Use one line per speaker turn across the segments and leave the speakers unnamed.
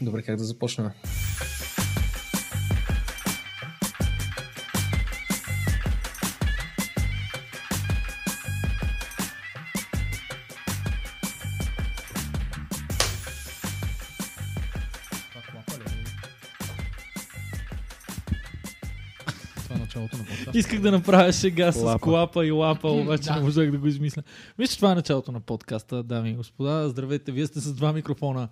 Добре, как да започнем?
Това е началото на подкаста.
Исках да направя шега с
Лапа.
клапа и лапа, обаче
да.
не можах да го измисля. Мисля, че това е началото на подкаста, дами и господа. Здравейте, вие сте с два микрофона,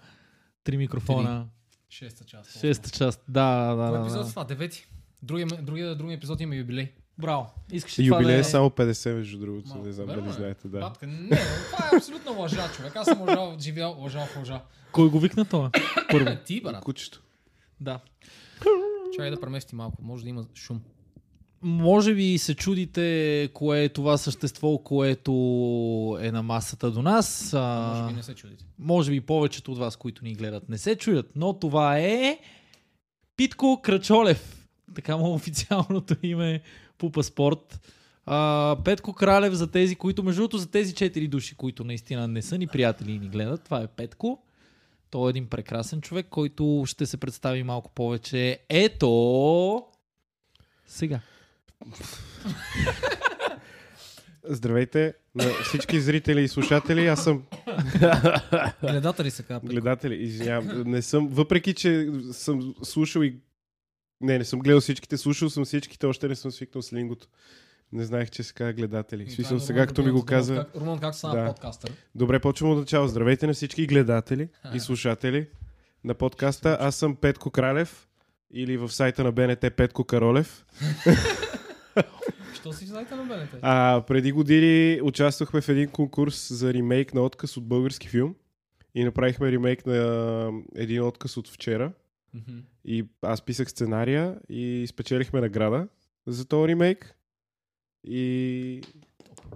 три микрофона,
Шеста част.
шеста част. Да, да,
Кой
да.
епизод
да.
с това? Девети. Другия, другия, другия епизод има юбилей.
Браво. Искаш ли това
Юбилей
да
е
е...
само 50, между другото,
Малко.
не знам
Верно
дали
е.
знаете, да.
Батка, не, това е абсолютно лъжа, човек. Аз съм лъжал, живял, лъжал в лъжа. Е,
Кой го викна това? Първо.
Ти, брат.
Кучето.
Да.
Чакай да премести малко, може да има шум.
Може би се чудите кое е това същество, което е на масата до нас. А,
Може би не се чудите.
може би повечето от вас, които ни гледат, не се чуят, но това е Питко Крачолев. Така му е официалното име по паспорт. А, Петко Кралев за тези, които, между другото, за тези четири души, които наистина не са ни приятели и ни гледат, това е Петко. Той е един прекрасен човек, който ще се представи малко повече. Ето сега.
Здравейте на всички зрители и слушатели. Аз съм
Гледатели са капа.
гледатели, извинявам. Не съм, въпреки че съм слушал и... Не, не съм гледал всичките, слушал съм всичките, още не съм свикнал с лингото. Не знаех, че се казва гледатели. Е, Смисъл
е
сега, като ми го каза.
Румън, как стана
Да.
подкастър?
Добре, почвам от начало. Здравейте на всички гледатели
Ха.
и слушатели на подкаста. Аз съм Петко Кралев или в сайта на БНТ Петко Каролев.
Що си знаете на мене?
А, преди години участвахме в един конкурс за ремейк на отказ от български филм и направихме ремейк на а, един отказ от вчера и аз писах сценария и спечелихме награда за този ремейк и,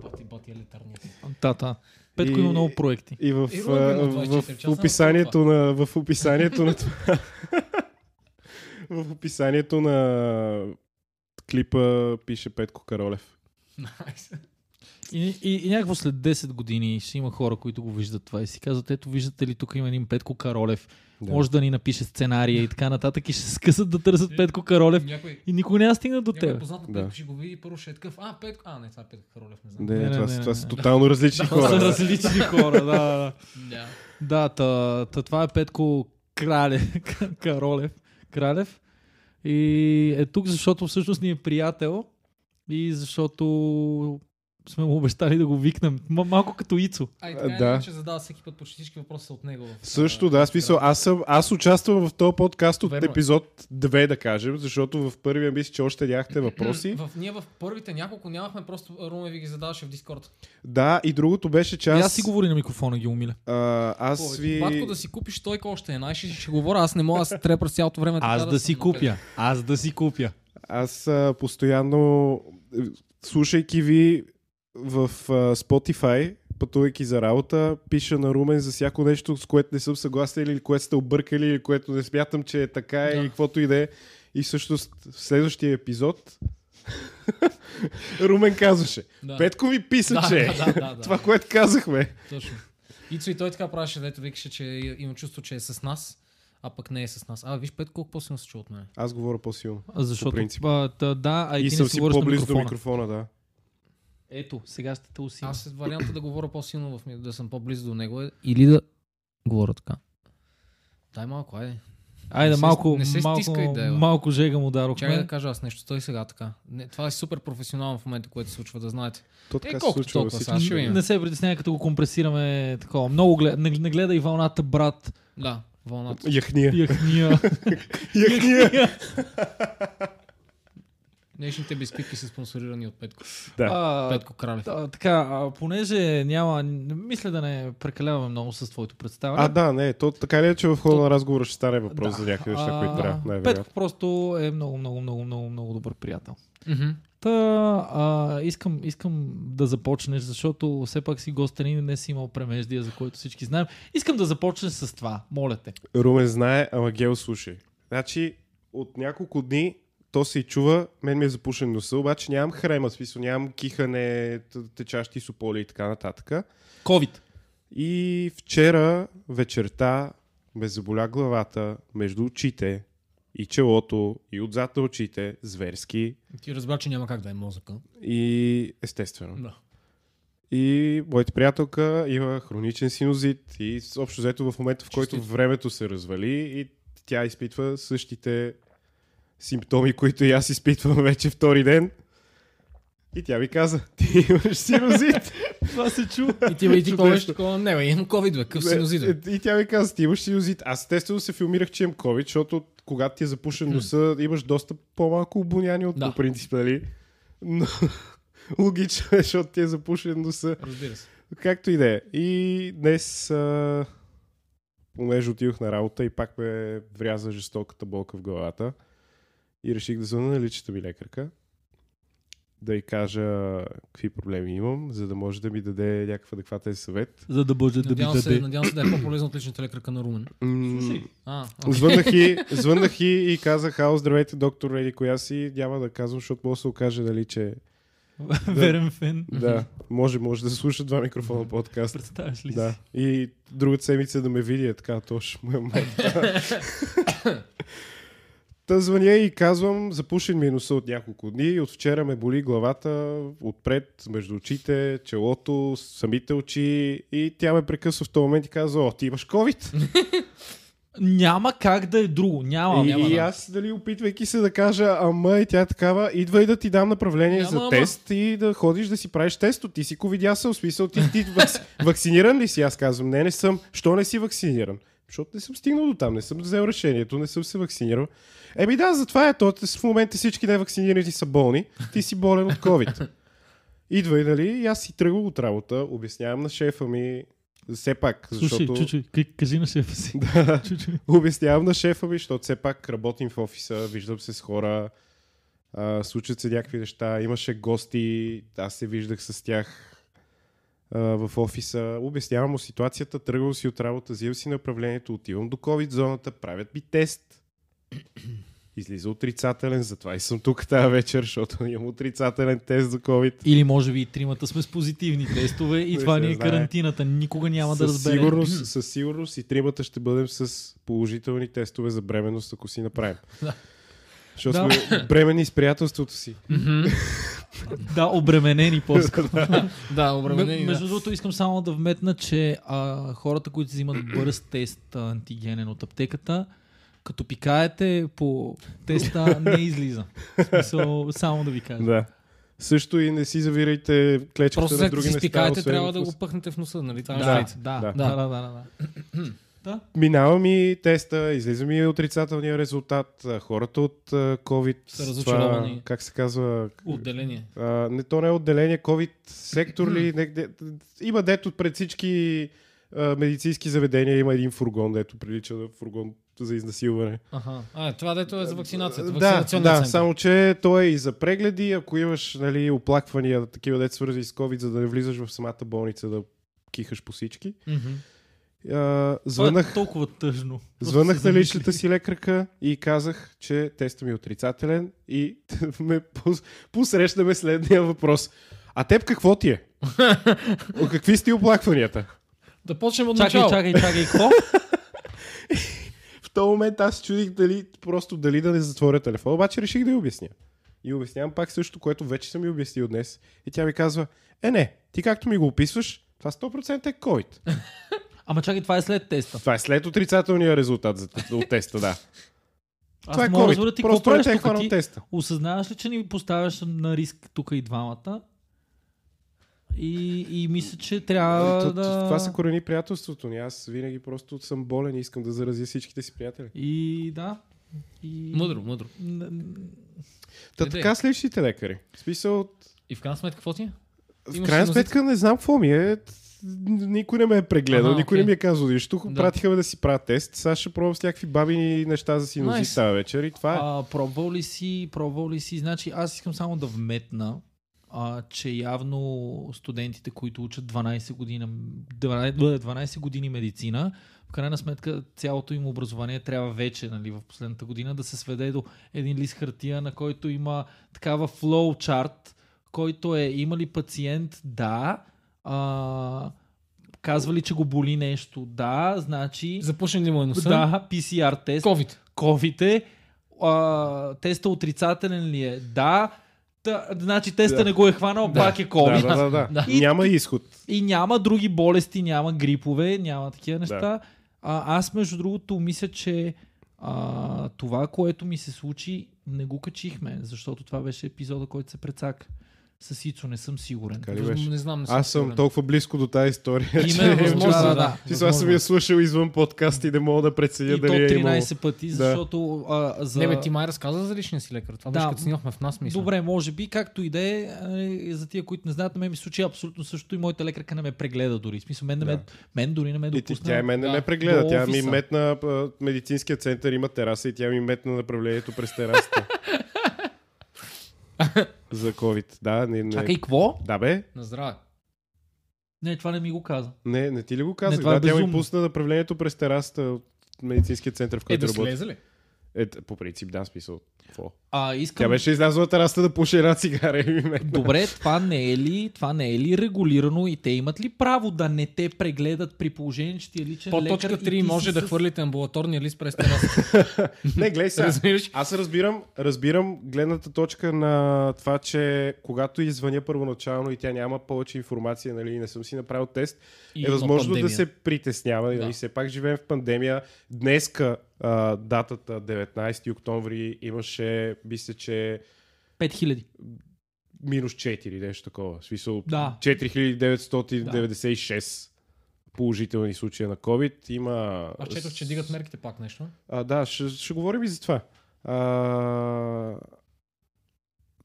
Бати, бати, е летарния.
Тата. Петко
И-
има много проекти.
и в,
И
а,
Румен има 24
в,
часа на
описанието на, в описанието на това в описанието на клипа пише Петко Каролев.
Найс.
И, и, и някакво след 10 години ще има хора, които го виждат това и си казват, ето виждате ли, тук има един Петко Каролев, да. може да ни напише сценария и така нататък и ще се скъсат да търсят Петко Каролев
Някой
и никой няма стигна до
някой е
теб.
познат на
Да.
Петко ще го види и първо ще е такъв. А, Петко. А, не, това е Петко Каролев, не знам.
Не,
Не, не,
това,
не,
са,
не,
това
не.
са тотално различни
Това са
хора.
различни хора, да, да.
Да.
Да, та, та, това е Петко Кралев, Каролев, Кралев. И е тук, защото всъщност ни е приятел и защото сме му обещали да го викнем. М- малко като Ицо.
А, и
А,
така
да.
да. че задава всеки път почти всички въпроси са от него. в-
Също,
а,
да, смисъл. Аз, съм, аз участвам в този подкаст от
Верно е.
епизод 2, да кажем, защото в първия мисля, че още нямахте въпроси.
В, ние в първите няколко нямахме, просто Руме ви ги задаваше в Дискорд.
да, и другото беше, че
Аз...
аз...
Я си говори на микрофона, ги умиля.
а, аз
Повече.
ви...
Батко да си купиш стойка още една, и ще, ще говоря, аз не мога да се трепа през цялото време. така
Аз да си
съм-
купя. Аз да си купя.
Аз а, постоянно, е, слушайки ви в а, Spotify, пътувайки за работа, пиша на Румен за всяко нещо, с което не съм съгласен или което сте объркали, или което не смятам, че е така
Да.
или каквото и да е. И всъщност в следващия епизод Румен казваше.
Да.
Петко ми писа,
да,
че е.
да, да, да, да,
Това, което казахме.
Точно. Ицо и той така правеше, дето викаше, че има чувство, че е с нас, а пък не е с нас. А, виж, Пет, колко по-силно се чу от мен.
Аз говоря по-силно.
Защото,
По принцип.
а, та, да, а и,
и
ти
съм
не си
си
говориш на
по-близо до
микрофона.
микрофона, да.
Ето, сега ще те усиля.
Аз варианта да говоря по-силно, в ми, да съм по-близо до него е, или да говоря така. Дай малко, айде.
Айде,
не се-
малко,
не се
малко,
стискай, да, бе.
малко жега му дарохме.
Чакай да кажа аз нещо. Той сега така. Не, това е супер професионално в момента, което се случва, да знаете.
То така се
Е, колкото
случва във
толкова,
всички.
Саш. ще видим.
не се притеснявай, като го компресираме такова. Много гледа, не, не гледай вълната, брат.
Да, вълната.
Яхния.
Яхния.
Яхния.
Днешните бисквитки са спонсорирани от Петко.
Да.
а,
Петко Кралев.
та- така, а, понеже няма... Мисля да не прекаляваме много с твоето представяне.
А, да, не, то така ли е, че в хода на разговора ще стане въпрос за някакви неща,
А,
които трябва, най-вероятно.
Петко просто е много, много, много, много, много добър приятел.
Мгм.
Та, а, искам, искам да започнеш, защото все пак си гостен и не си имал премеждия, за който всички знаем. Искам да започнеш с това, моля те.
Румен знае, ама Гел слушай. Значи, от няколко дни то се и чува, мен ми е запушен носа, обаче нямам хрема, в смисъл нямам кихане, т- течащи сополи и така нататък.
COVID.
И вчера вечерта ме заболя главата между очите и челото и отзад на очите, зверски
Ти разбра, че няма как да е мозъка.
и естествено.
Да.
И моята приятелка има хроничен синузит и с- общо взето в момента, в който
Честито.
времето се развали и тя изпитва същите симптоми, които и аз изпитвам вече втори ден. И тя ми каза, ти имаш синузит.
Това се чу.
И ти и ти
Чудесно.
ходиш такова, не Е, бе, имам COVID, бе, къв синузит. бе.
И тя ми каза, ти имаш синузит. Аз естествено се филмирах, че имам COVID, защото когато ти е запушен носа, имаш доста по-малко обоняние от
Да.
по принцип, нали? Но логично е, защото ти е запушен носа.
Разбира се.
Както и да е. И днес, а... понеже отидох на работа и пак ме вряза жестоката болка в главата и реших да звъна на личната ми е лекарка да й кажа какви проблеми имам, за да може да ми даде някакъв адекватен съвет.
За да може да ми
Надявам се,
даде.
надявам се да е по-полезно от личната лекарка на Румен.
М,
А, окей.
Звъннах и, звъннах и, и казах, ало, здравейте, доктор Еди, коя си, няма да казвам, защото може да се окаже, нали, че
Верен фен.
да, може, може да слуша два микрофона подкаст.
Представяш ли
Да.
си?
И другата седмица да ме види е така, точно моя майка. Та звъня и казвам, запушен ми е носа от няколко дни и от вчера ме боли главата отпред, между очите, челото, самите очи и тя ме прекъсва в този момент и казва, о, ти имаш COVID.
Няма как да е друго. Няма.
и,
няма
и
да.
аз, дали, опитвайки се да кажа, ама и тя е такава, идва и да ти дам направление
Няма,
за
ама.
тест и да ходиш да си правиш тест. От Ти си ковидясъл, в смисъл ти, ти вакс... вакциниран ли си? Аз казвам, не, не съм. Що не си вакциниран? Защото не съм стигнал до там, не съм взел решението, не съм се вакцинирал. Еми да, затова е то. В момента всички невакцинирани са болни. Ти си болен от COVID. Идва и, нали, и аз си тръгвам от работа, обяснявам на шефа ми, все пак, защото...
Слушай, чучуй, к- кажи на шефа си.
Да.
Чучуй.
Обяснявам на шефа ми, защото все пак работим в офиса, виждам се с хора, а, случват се някакви неща, имаше гости, аз се виждах с тях а, в офиса. Обяснявам му ситуацията, тръгвам си от работа, взимам си направлението, отивам до COVID зоната, правят ми тест. Излиза отрицателен, затова и съм тук тази вечер, защото имам отрицателен тест за COVID.
Или може би и тримата сме с позитивни тестове и
Не
това
се
ни е
знае.
карантината. Никога няма да
Със
разберем.
Сигурност, със сигурност и тримата ще бъдем с положителни тестове за бременност, ако си направим. Защото
Да.
сме бремени с приятелството си.
Мгм.
Да, обременени по-скоро.
Да,
М-
обременени. да.
Между другото, искам само да вметна, че а, хората, които си взимат бърз тест а, антигенен от аптеката, като пикаете по теста, не излиза. В смисъл, само да ви кажа.
Да. Също и не си завирайте клечката
Просто
на
след като
други
си
неща.
спикаете,
освен
трябва
в
да
носа.
го пъхнете в носа, нали? Това
Да,
е
да, да,
Да.
да, да, да, да. да.
Минава ми теста, излиза ми отрицателния резултат, а, хората от а, COVID,
Са
това,
разочаровани.
как се казва,
отделение.
а, не, то не е отделение, COVID сектор ли, негде, има дето пред всички а, медицински заведения, има един фургон, дето прилича на фургон за изнасилване.
Аха. А, това дето е за
Да,
вакцинацията. Вакцинационен
да
център.
само че той е и за прегледи, ако имаш нали, оплаквания, такива дет свързани с COVID, за да не влизаш в самата болница да кихаш по всички.
Мгм.
А,
Това
звънах,
е толкова тъжно. Просто
звънах
се
на
замисли.
личната си лекарка и казах, че теста ми е отрицателен и ме пос- посрещна ме следния въпрос. А теб какво ти е? О, Какви сте оплакванията?
Да почнем от
Чакай,
начало.
чакай, чакай, какво?
В този момент аз се чудих дали просто дали да не затворя телефона, обаче реших да й обясня. И обяснявам пак също, което вече съм й обяснил днес. И тя ми казва, е не, ти както ми го описваш, това 100% е COVID.
Ама чакай, това е след теста.
Това е след отрицателния резултат за, от теста, да.
Аз
Това е
мога да
COVID.
разбера ти какво
Просто е
правиш
те е
тук.
хванал
Ти
теста.
осъзнаваш ли, че ни поставяш на риск тук и двамата? И, и мисля, че трябва
Нали, Е, То- то-
да...
Това се корени приятелството ни. Аз винаги просто съм болен и искам да заразя всичките си приятели.
И да. И...
Мъдро, мъдро.
Н- н-
Та
Е, да е.
така с личните лекари. В смисъл, от-
И в крайна сметка, какво ти е?
в
Имаш
крайна
синузит?
сметка не знам какво ми е. Т- Никой не ме е прегледал,
Ага,
никой
окей.
не ми е казал нищо.
Да.
Да. Пратиха ме да си правя тест. Сега ще пробвам с някакви бабини неща за синузит
Nice.
тази вечер и това е.
А, пробвал ли си, пробвал ли си, значи аз искам само да вметна, а, че явно студентите, които учат 12 години, 12, 12 години медицина, в крайна сметка цялото им образование трябва вече, нали, в последната година да се сведе до един лист хартия, на който има такава флоучарт, който е има ли пациент, да, а, Казва ли, че го боли нещо? Да, значи...
Запушен ли му е носа?
Да, PCR тест.
COVID.
COVID е. А, теста отрицателен ли е? Да. Та, значи теста
Да.
не го е хванал,
Да.
пак е COVID.
Да, да, да, да.
Да.
И... Няма изход.
И няма други болести, няма грипове, няма такива неща. Да. А, аз, между другото, мисля, че а, това, което ми се случи, не го качихме, защото това беше епизода, който се прецака. С Ицо не съм сигурен.
Така ли беше?
Не знам. Не
Аз съм
сигурен.
толкова близко до тази история, че...
Има е възможно,
Да, да,
да.
да.
Ти сега съм я слушал извън подкаст и не мога да преценя
И то
дали е имало.
13 пъти, защото а, за...
Не бе, ти май разказа за личния си лекар. Това
Да.
беше като снимахме в нас, мисля.
Добре, може би, както и да е, а, за тия, които не знаят, на мен ми се случи абсолютно също и моята лекарка не ме прегледа дори. В смисъл, мен, да. ме,
Да.
мен дори не ме
И ти,
допусна.
тя и мен не
Да.
ме прегледа.
До
Тя ми
офиса.
метна а, медицинския център, има тераса и тя ми метна направлението през терасата. За COVID. Да, не, не.
Чакай, какво?
Да бе,
На здраве.
Не, това не ми го каза.
не, не ти ли го казах?
Не, това е
да, тя ми
безумно.
пусна направлението през терасата от медицинския център, в
Е,
който
да
работя.
слезе ли?
Е, т- по принцип, да, смисъл. Какво?
А, искам...
Тя беше излязла на терасата да пуши една цигара и ми метна.
Добре, това не, е ли, това не е ли регулирано и те имат ли право да не те прегледат при положение, че ти е личен
По
лекар?
точка
и ти
3
си
може да
с-
хвърлите амбулаторния лист през тераса.
Не, гледай сега.
Разбираш?
Аз разбирам, разбирам гледната точка на това, че когато извъня първоначално и тя няма повече информация, нали, и не съм си направил тест,
И
е
има
възможно да
пандемия.
се притеснява. Нали,
Да.
Все пак живеем в пандемия. Днеска а, датата 19 октомври имаше, мисля, че
5000.
минус 4, нещо такова. В смисъл
Да.
4996 положителни случая на COVID. Има...
Аз четох, че дигат мерките пак нещо.
А, да, ще, ще говорим и за това. А...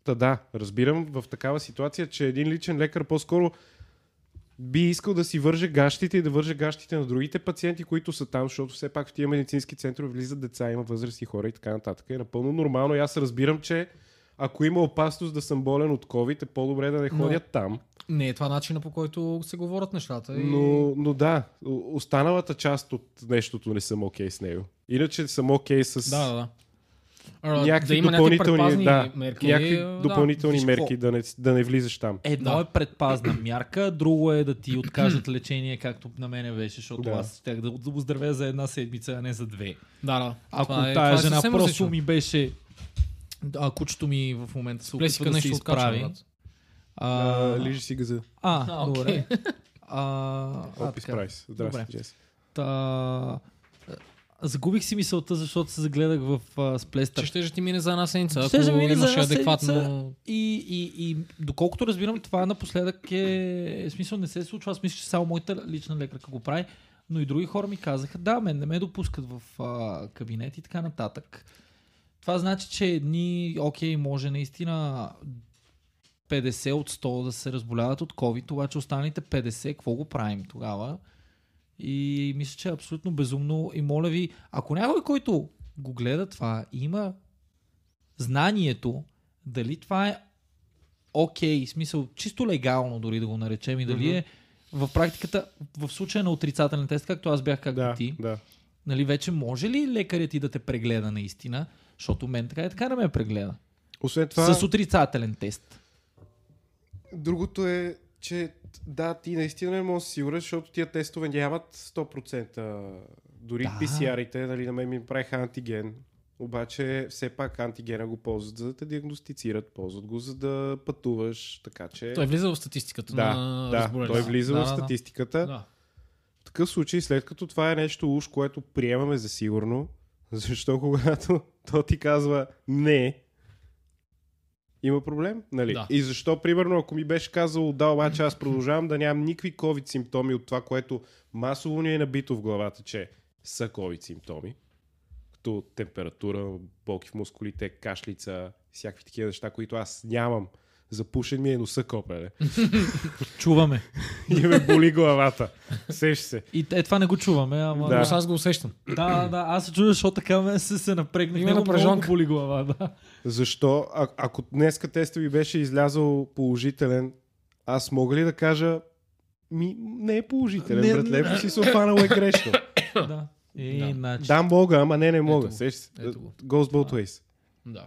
Та да, разбирам в такава ситуация, че един личен лекар по-скоро би искал да си върже гащите и да върже гащите на другите пациенти, които са там, защото все пак в тия медицински центрове влизат деца, има възрастни хора и така нататък. Е напълно нормално и аз разбирам, че ако има опасност да съм болен от COVID, е по-добре да не
Но-
ходя там.
Не е това начина по който се говорят нещата. и-
Но, но да, о- останалата част от нещото не съм окей okay с него. Иначе съм окей okay с...
Да, да, да. А,
някакви
да има някакви
допълнителни,
предпазни
да,
мерки. е,
някакви
да.
допълнителни
виж
мерки да не, да не влизаш там.
Едно
Да.
е предпазна мярка, друго е да ти откажат лечение, както на мене беше, защото
Да.
аз щях да оздравя за една седмица, а не за две.
Да, да.
Ако
Това е- това
тая
е
жена
съвсем
просто
различно.
ми беше... А кучето ми в момента се опитва
Плесика
да се
нещо откачва,
изправи.
брат.
А,
А,
лижи си газа.
а,
А,
добре.
окей.
А, а,
Оп,
така.
изправи се. Здрасти,
Добре.
Джес.
Та... Загубих си мисълта, защото се загледах в а,
Че
сплестър.
ще ти мине за една седмица, ако
Щеше да мине за
имаше
една
адекватно...
седмица. И, и, и доколкото разбирам, това напоследък е... В смисъл не се случва. Аз мисля, че само моята лична лекарка го прави. Но и други хора ми казаха, да, мен не ме допускат в а, кабинет и така нататък. Това значи, че едни, окей, може наистина 50 от 100 да се разболяват от COVID, обаче останалите 50, какво го правим тогава? И мисля, че е абсолютно безумно. И моля ви, ако някой, който го гледа това, има знанието, дали това е окей, в смисъл, чисто легално дори да го наречем и
Мгм.
дали е в практиката, в случая на отрицателен тест, както аз бях, както
Да,
ти,
да.
нали, вече може ли лекарят ти да те прегледа наистина? Защото мен така и така не ме прегледа.
Освен това,
Това... С отрицателен тест.
другото е, че да, ти наистина не можеш да си сигурен, защото тия тестове нямат 100%. Дори
Да.
PCR-ите, нали, на мен ми правиха антиген. Обаче все пак антигена го ползват, за да те диагностицират, ползват го, за да пътуваш, така че...
Той влиза в статистиката
да,
на
да,
разболелите.
той влиза
Да,
в
да, да.
статистиката.
Да.
В такъв случай, след като това е нещо уж, което приемаме за сигурно, защо когато то ти казва не, има проблем, нали?
Да.
И защо, примерно, ако ми беше казал, да, обаче аз продължавам да нямам никакви COVID симптоми от това, което масово ни е набито в главата, че са COVID симптоми, като температура, болки в мускулите, кашлица, всякакви такива неща, които аз нямам. Запушен ми е носа копеле.
Чуваме.
И ме боли главата. Сеш се.
И е, това не го чуваме, ама...
Да.
Да,
Просто аз го усещам.
да, да аз се чудя, защото така ме се, се напрегнах.
Има
Много, много
напрежонка.
боли глава, да.
Защо? А, ако днеска теста ви беше излязъл положителен, аз мога ли да кажа ми не е положителен,
Не,
не, братле,
не.
не. си се опанал е грешно.
да. И,
Да.
Значи,
да, мога, ама не, не
Ето
мога.
го.
Сещаш се.
Ето го.
Goes both ways.
Да.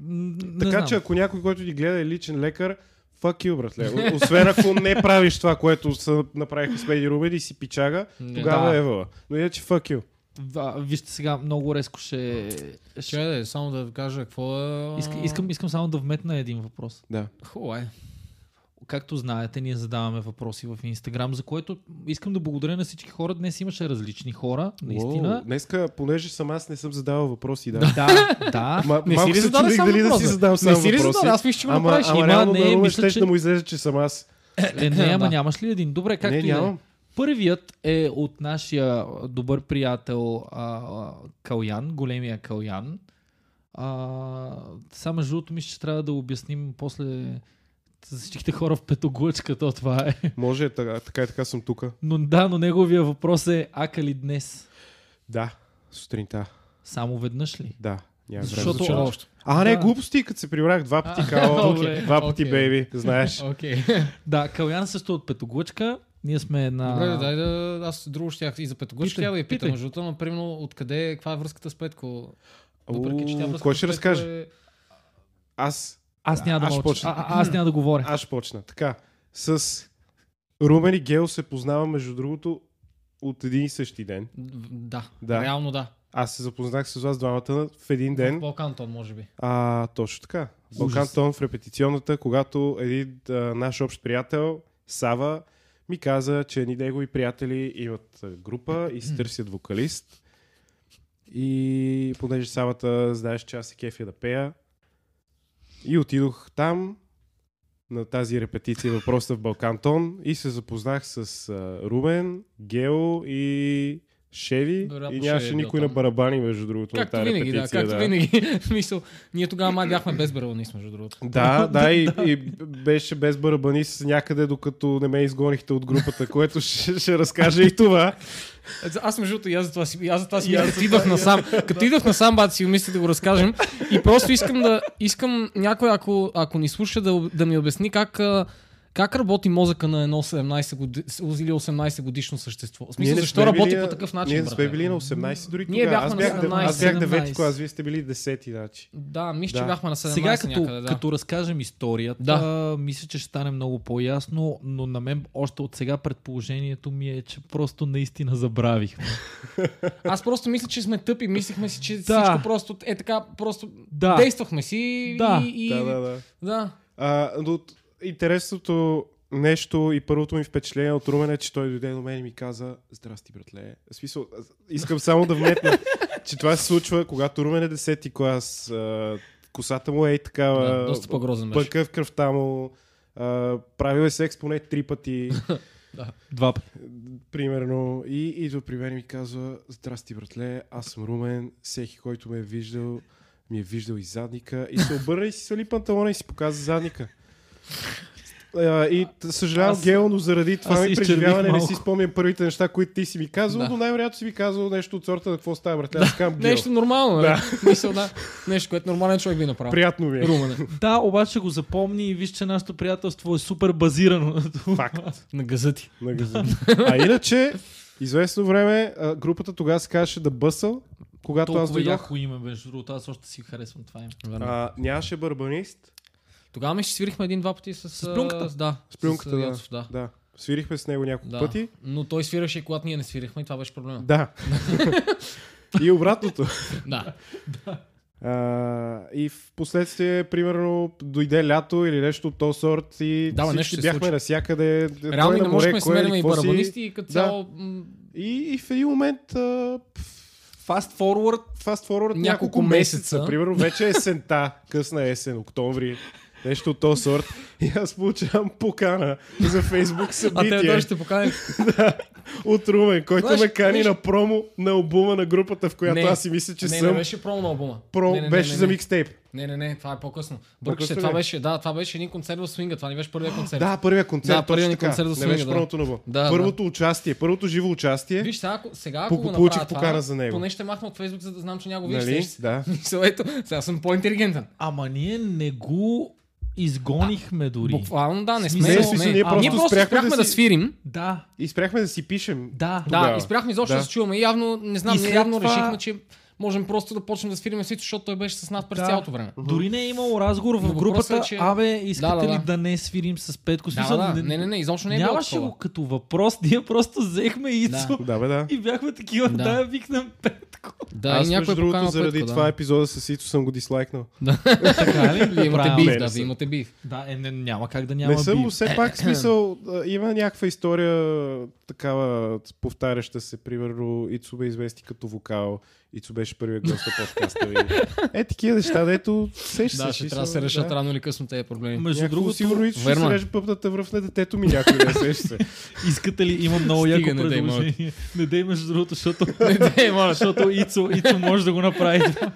М, не
Така
знам.
че ако някой, който ни гледа е личен лекар, Fuck you, братле. Освен ако не правиш това, което са направиха с Меди Рубен и си пичага, тогава
Да.
е вала. Но иначе fuck you.
Да, вижте сега, много резко ще... ще...
Ще да, само да кажа какво е...
Иска, искам, искам само да вметна един въпрос.
Да.
Хубаво е.
Както знаете, ние задаваме въпроси в Инстаграм, за което искам да благодаря на всички хора. Днес имаше различни хора, наистина.
Уоу. Днеска, понеже съм аз, не съм задавал въпроси. Да.
Да, да.
Ма,
Не си
малко
ли
се
зададе
чудих
сам
дали да
въпроса?
си задам само
не си ли
въпроси.
задал? Аз виж, че го
Ама,
направиш.
ама
Има,
реално
не, е
не, да
мисля,
мисля,
че-
да му излезе, че съм аз.
Е, не, ама
Да.
нямаш ли един? Добре, както
не,
и да е.
нямам.
Първият е от нашия добър приятел а, а, Калян, големия Калян. А, само между другото мисля, че трябва да обясним после за всичките хора в петоглъчка, то това е.
Може, е така, така и така съм тука.
Но да, но неговия въпрос е ака ли днес?
Да, сутринта.
Само веднъж ли?
Да. Няма време.
Защото-
за това. А, не, глупости, като се прибрах два пъти, као,
добре.
два пъти,
Окей.
бейби, знаеш.
Окей.
Да, Калян също е от петоглъчка. Ние сме на...
Добре, дай да... Аз друго щях и за Петогор ще
Питай,
я да я
питай.
питам. Между другото, ама примерно откъде, каква е връзката с Петко? Въпреки, че тя
Уу,
връзката
Кой
с
ще
Петко
разкаже?
е-
Аз,
Аз няма да
Аз
мълча.
почна.
А, а, аз няма да говоря.
аз ще почна. Така, с Румен и Гео се познавам, между другото, от един и същи ден.
Да,
Да.
реално да.
Аз се запознах с вас двамата в един
В
ден.
Балкантон, може би.
А, точно така. Балкан
Ужас.
Тон в репетиционната, когато един а, наш общ приятел, Сава, ми каза, че едни негови приятели имат а, група и се търсят вокалист. И понеже Савата, знаеш, че аз се кефя да пея. И отидох там на тази репетиция въпроса в Балкантон и се запознах с а, Румен, Гео и Шеви. и
Вероятно Шеви е
нямаше
бил
никой на
там.
барабани, между другото,
Както
на тази
винаги, да,
репетиция.
както винаги. Мисъл, ние тогава май бяхме без барабанист, между другото.
Да, да, и, и беше без барабани с някъде, докато не ме изгонихте от групата, което ще, ще разкажа и това.
Аз между другото, и аз за това си, и аз за това си, като идвах насам, като идвах насам, бат си мисля да го разкажем. И просто искам да, искам някой, ако, ако ни слуша, да, да ми обясни как, а, как работи мозъка на едно 17 годи, или 18 годишно същество. В смисъл,
не
защо
сме
работи
били
по
на-
такъв начин?
Ние не сме
брате?
били на 18 дори
Ние
тогава. Аз
бяхме на
бях, аз
17.
бях 9 клас,
17.
вие сте били 10 значи.
Да, мисля, че
Да.
бяхме на 17
Сега като,
някъде, да.
като разкажем историята,
Да.
да. мисля, че ще стане много по-ясно, но на мен още от сега предположението ми е, че просто наистина забравих.
Аз просто мисля, че сме тъпи. Мислихме си, че
Да.
всичко просто е така, просто
Да.
действахме си
Да.
и... и...
Да, да, да.
да.
А, но от- интересното нещо и първото ми впечатление от Румен е, че той дойде до мен и ми каза Здрасти, братле. В смисъл, аз искам само да вметна, че това се случва, когато Румен е 10 клас, а, косата му е и такава.
Да, доста по-грозен беше.
пъка в кръвта му, а, правил е секс поне три пъти,
Два пъти.
примерно, и идва при мен и ми казва, здрасти братле, аз съм Румен, всеки, който ме е виждал, ми е виждал и задника, и се обърна и си свали панталона и си показа задника. А, и т- съжалявам,
Аз-
Гео, но заради
аз
това
се
ми
изчервих
преживяване не
малко.
си спомням първите неща, които ти си ми казал,
Да.
но най-вероятно си ми казал нещо от сорта на какво става, братле. Аз казвам, Гео,
Нещо нормално, да. Мисъл, да. Нещо, което нормален човек би направил.
приятно ми е.
Румене.
Да, обаче го запомни и виж, че нашето приятелство е супер базирано на това.
Факт.
На газъти.
На газона. а иначе, известно време, а, групата тогава се казваше да бъсъл, когато аз
Толкова
дойдох.
яко име, между другото, аз още си харесвам това име.
А, нямаше барбанист.
Тогава ми ще свирихме един-два пъти с...
С плюнката?
а, Да.
С плюнката,
с, а,
да.
Яцов, да.
Да. Свирихме с него няколко
Да.
пъти.
Но той свираше, и когато ние не свирихме и това беше проблема.
Да. и обратното.
да.
А, и в последствие, примерно, дойде лято или нещо от този сорт и
Да, бе,
всички
нещо се
бяхме
случи.
насякъде.
Реално
кой
и не
на море,
можехме да
е кой еди
смерим и
какво си.
барабанисти и като
Да.
цяло... м,
И, и в един момент а,
Fast forward.
fast forward няколко,
Няколко
месеца.
месеца.
Примерно вече е есента, късна есен, октомври, нещо от този сорт. И аз получавам покана за Фейсбук
А те
събитие
той ще поканим.
от Румен, който
Знаеш,
ме кани
виж-
на промо на албума на групата, в която
Не.
аз си мисля, че
Не,
съм.
не беше промо на албума.
Про...
Не, не, не,
беше
не,
за
не.
микстейп.
Не, не, не, това е по-късно. Бъркаше,
По-късно
това
ли?
беше, да, това беше един концерт в свинга, това не беше първият концерт.
Да, първия концерт.
Е. Да, първия ни
точно така.
концерт за
Не
свинга,
беше
да.
първото ново.
Да,
първото участие, първото живо участие.
Виж, сега, ако, сега ако
Пу-
го
получих
направя това,
покана за него.
поне ще махна от Фейсбук, за да знам, че няма го виж.
нали?
Нали?
Да.
Ето, сега съм по-интелигентен.
Ама ние не го изгонихме дори.
Буквално да, не сме.
Не,
Не,
в
сме.
смисъл,
ние
а,
просто
ние просто
спряхме
спряхме,
да
да,
си-
свирим.
Да,
И спряхме да си пишем.
да.
Тогава.
Да, и спряхме изобщо да.
Да.
се чуваме. Явно, не знам,
И
ние
след
явно
това-
решихме, че можем просто да почнем да свириме всичко, защото той беше с нас през
Да.
цялото време.
Дори не е имало разговор
Но
в
въпросът
групата.
е, че-
Абе, искате
Да, да,
ли
да.
да не свирим с Петко?
Да,
Смисъл,
да, да. Не, не, не, изобщо не е било
Нямаше
такова.
го като въпрос. Ние просто взехме Ицо
Да, бе, да.
и бяхме такива.
Да.
Да, да викнем Петко.
Да,
Аз,
и някой
между
е
другото,
поканал
заради
Петко,
това
да.
епизода с Ито съм го дислайкнал.
Е,
Така ли?
Вие имате
Правилно.
Не,
бив,
не
да, вие
съм.
имате бив.
Да, е, не, няма как да
Няма
няма
не съм, но
бив.
все пак смисъл, а, има някаква история такава повтаряща се, примерно Ицу бе извести като вокал, Ицу беше първият гост на подкаста ви. Е, такива неща, дето сеш
Да, ще трябва да се решат рано или късно тези проблеми.
Между
Между
другото,
другото, сигурно Ицу ще
верно
се
е.
реже пъпната връв на детето ми някой не сеш се.
искате ли, имам много
Стига,
яко
не дей, моля.
предложение. Не дей, между другото, защото
Не, не, моля.
защото Ицо, Ицо може да го направи. това.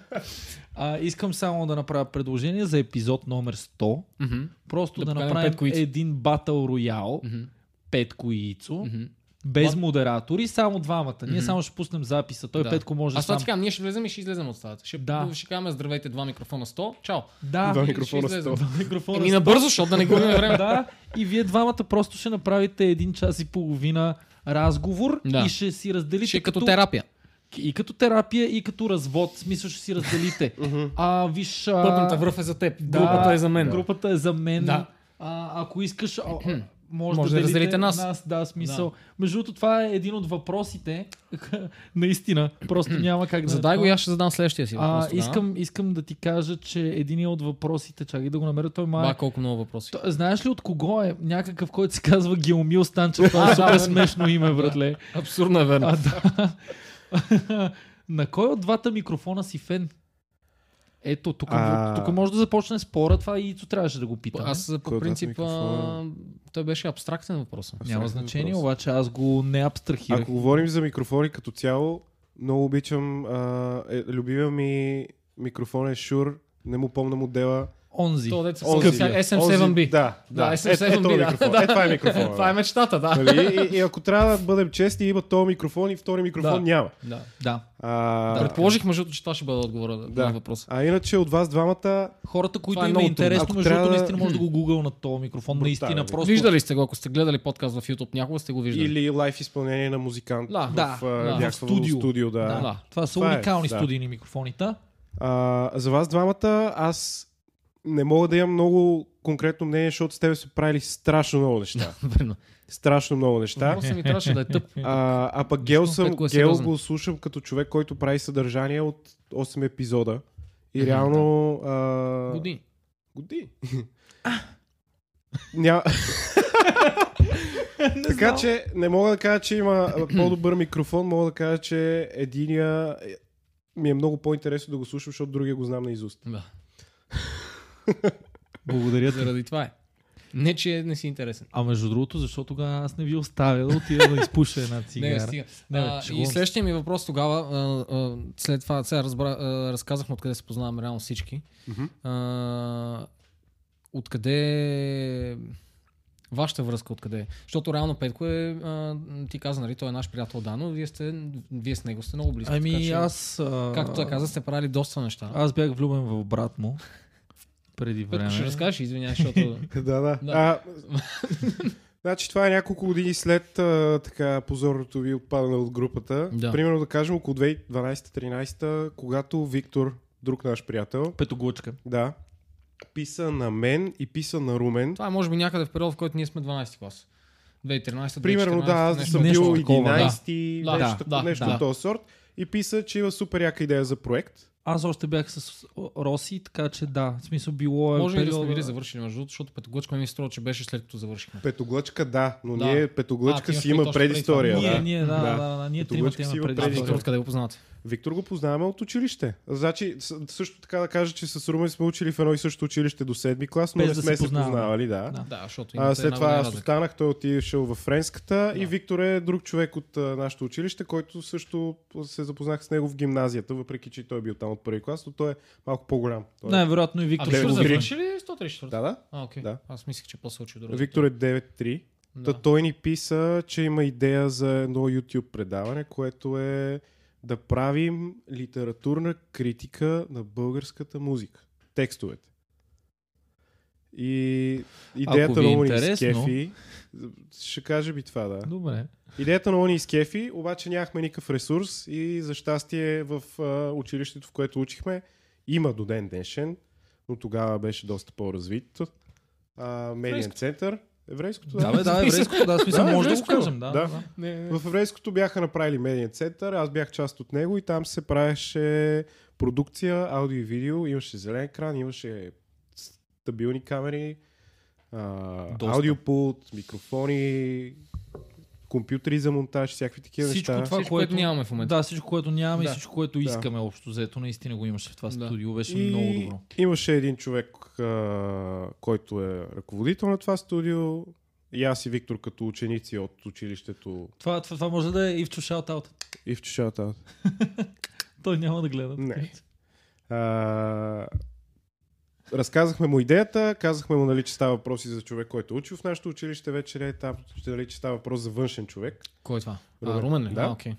А, искам само да направя предложение за епизод номер 100.
Мгм,
Просто
Да
да,
поканим
направим
Петко и Ицо.
един батъл роял,
мгм,
Петко и Ицо,
мгм.
без
Ба-
модератори, само двамата. Ние
Мгм.
само ще пуснем записа. Той
Да.
Петко може
Аз това
сам.
ти казвам, ние ще влезем и ще излезем от стаята. Ще,
Да.
ще кажем здравейте, два микрофона 100, чао.
Да,
Два
ще
микрофона
излезе.
сто.
два микрофона.
Еми набързо, защото да не губим време.
да, и вие двамата просто ще направите един час и половина разговор
Да.
и ще си разделите
Ще е като терапия.
и като терапия, и като развод. В Смисъл ще си разделите. а, виж... а,
Пътната връв е за теб,
Да,
групата е за мен.
Групата е за мен.
Да.
А, ако искаш, а, а, може,
Може
да,
да разделите нас.
Да, смисъл. Между другото, това е един от въпросите. Наистина, просто няма как да.
Задай го и
е това.
аз ще задам следващия си въпрос.
А,
тогава.
искам, искам да ти кажа, че един от въпросите, чакай да го намеря, той е май...
Ба, колко много въпроси.
Т- Знаеш ли от кого е? Някакъв, който се казва Геомил Станчев. Това е
А, да,
супер
да.
смешно име, братле.
Абсурдно е верно.
А, да. На кой от двата микрофона си фен? Ето, тук,
А.
тук може да започне спора, това и Ицо трябваше да го пита.
Аз
Кой
по
от вас
принцип, а,
микрофона?
той беше абстрактен въпрос.
Няма
Абсолютно
значение,
въпрос.
обаче аз го не абстрахирах.
Ако говорим за микрофони като цяло, много обичам, а, е, любимия ми микрофон е Shure, не му помна модела.
Онзи.
То деца
Онзи,
се
е.
е казва
Онзи,
SM7B.
Да, да.
Да,
Е,
SM7B.
е, този
да.
микрофон.
Да.
Е, това е микрофон.
Това е мечтата, да.
Нали? И, и, ако трябва да бъдем честни, има този микрофон и втори микрофон
Да.
няма.
Да.
Да.
А,
Предположих, между другото, че това ще бъде отговора
Да.
на въпроса.
а иначе от вас двамата,
Хората, които
Това
им
е
е
много
интересно,
трудно. Ако
между другото,
трябва да-
наистина може да го гугъл на този микрофон.
Брутален.
Наистина, просто...
Виждали сте го, ако сте гледали подкаст в YouTube някога, сте го виждали.
или лайф изпълнение на музикант
Да,
в,
да,
а,
да.
някакво
В студио.
студио да.
Да.
Да.
Това са
Това е,
уникални
да.
студийни микрофонита.
А, за вас двамата аз не мога да имам много конкретно мнение, защото с тебе са правили страшно много неща.
Верно.
страшно много неща.
Въпросът ми трябваше да е тъп.
А, а пък Гел,
Нищо,
съм,
Петко
Гел
е сериозен.
го слушам като човек, който прави съдържание от 8 епизода. И реално... А...
Години.
Годи. Ня... така че не мога да кажа, че има а, по-добър микрофон, мога да кажа, че единия е, ми е много по-интересно да го слушам, защото другия го знам наизуст.
Да.
Благодаря ти.
Заради това е. Не, че не си интересен.
А между другото, защо тогава аз не ви оставя да отида да изпуша една
Не,
цигара?
стига.
Не, бе,
А,
шегувам
и
се.
следващия ми въпрос тогава, а, а, след това сега разбра, а, разказахме откъде се познаваме реално всички.
Мгм.
А, откъде вашата връзка откъде е? Защото реално Петко е, а, ти каза, нали, той е наш приятел Дано, вие, сте, вие с него сте много близки. така
Ами
че,
аз... а,
Както той каза, сте правили доста неща.
Аз бях влюбен в брат му преди
Петко
време.
ще разкажеш, извинявай, защото...
Да, да.
Да.
А, значи това е няколко години след а, така позорното ви отпадане от групата.
Да.
Примерно да кажем около 2012-13, когато Виктор, друг наш приятел,
Петоглучка.
да, писа на мен и писа на Румен.
Това е може би някъде в период, в който ние сме 12 клас. 2013
Примерно, да, аз да съм
нещо
бил
такова, да.
11-ти,
Да,
нещо,
да,
нещо
да.
от този сорт. И писа, че има супер яка идея за проект.
Аз още бях с Роси, така че да. В смисъл било е
Може и да сме
периода-
били завършили, между другото, защото Петоглъчка ми се струва, че беше след като завършихме.
Петоглъчка, да, но
Да.
ние
А, ти
Петоглъчка
имаш
си има
предточно
предистория.
преди това.
да.
Ние, ние, да,
Да.
да, да, да, ние
Петоглъчка
тримата
си има
имаме
А
предистория.
Виктор
преди.
откъде го познавате?
Виктор го познаваме от училище. Значи, с- също така да кажа, че с Румен сме учили в едно и също училище до седми клас, но
Без
не
да
сме
се
се
познаваме.
познавали, да.
Да.
Да, защото
А,
имате
след
една
това
голяма
аз
разлика.
останах, той е отишъл във френската и Виктор е друг човек от а, нашето училище, който също се запознах с него в гимназията, въпреки че той е бил там от първи клас, но той е малко по-голям. Той е...
Най-вероятно и
А
Виктор.
Абе,
ще
Виктор
Грин.
го завърши.
завърши ли 134?
Да, да.
А, окей.
Да.
Аз мислих, че после учи друго.
Виктор е 9-3. Та
Да.
той ни писа, че има идея за едно YouTube предаване, което е да правим литературна критика на българската музика. Текстовете. И идеята
ви е
на Они
интересно.
изкефи. Ще кажа би това, да.
Добре.
Идеята на Они изкефи, обаче нямахме никакъв ресурс и за щастие в а, училището, в което учихме, има до ден днешен, но тогава беше доста по-развит. А, медиен
Еврейско.
център. Еврейското,
Да, бе, да, еврейското, да, смисъл,
Да,
може да го
еврейското.
кажем, да.
Да.
да.
Не, не.
В еврейското бяха направили медиен център, аз бях част от него и там се правеше продукция, аудио и видео, имаше зелен екран, имаше стабилни камери, а,
Доста.
аудиопулт, микрофони, компютри за монтаж, всякакви такива
Всичко
неща.
това,
Всичко,
което
което нямаме в момента.
Да, всичко, което нямаме и
Да.
всичко, което
Да.
искаме общо взето, наистина го имаше в това
Да.
студио. Беше
И
много добро.
Имаше един човек, а, който е ръководител на това студио. И аз и Виктор като ученици от училището
Това, това, това може да е и в чушаут
и в чешата.
Той няма да гледа.
Не. А, разказахме му идеята, казахме му, нали, че става въпрос и за човек, който е учил в нашето училище вече, не е там, че, нали, че става въпрос за външен човек.
Кой е това? А,
Румен.
Румен ли?
Да.
А, окей.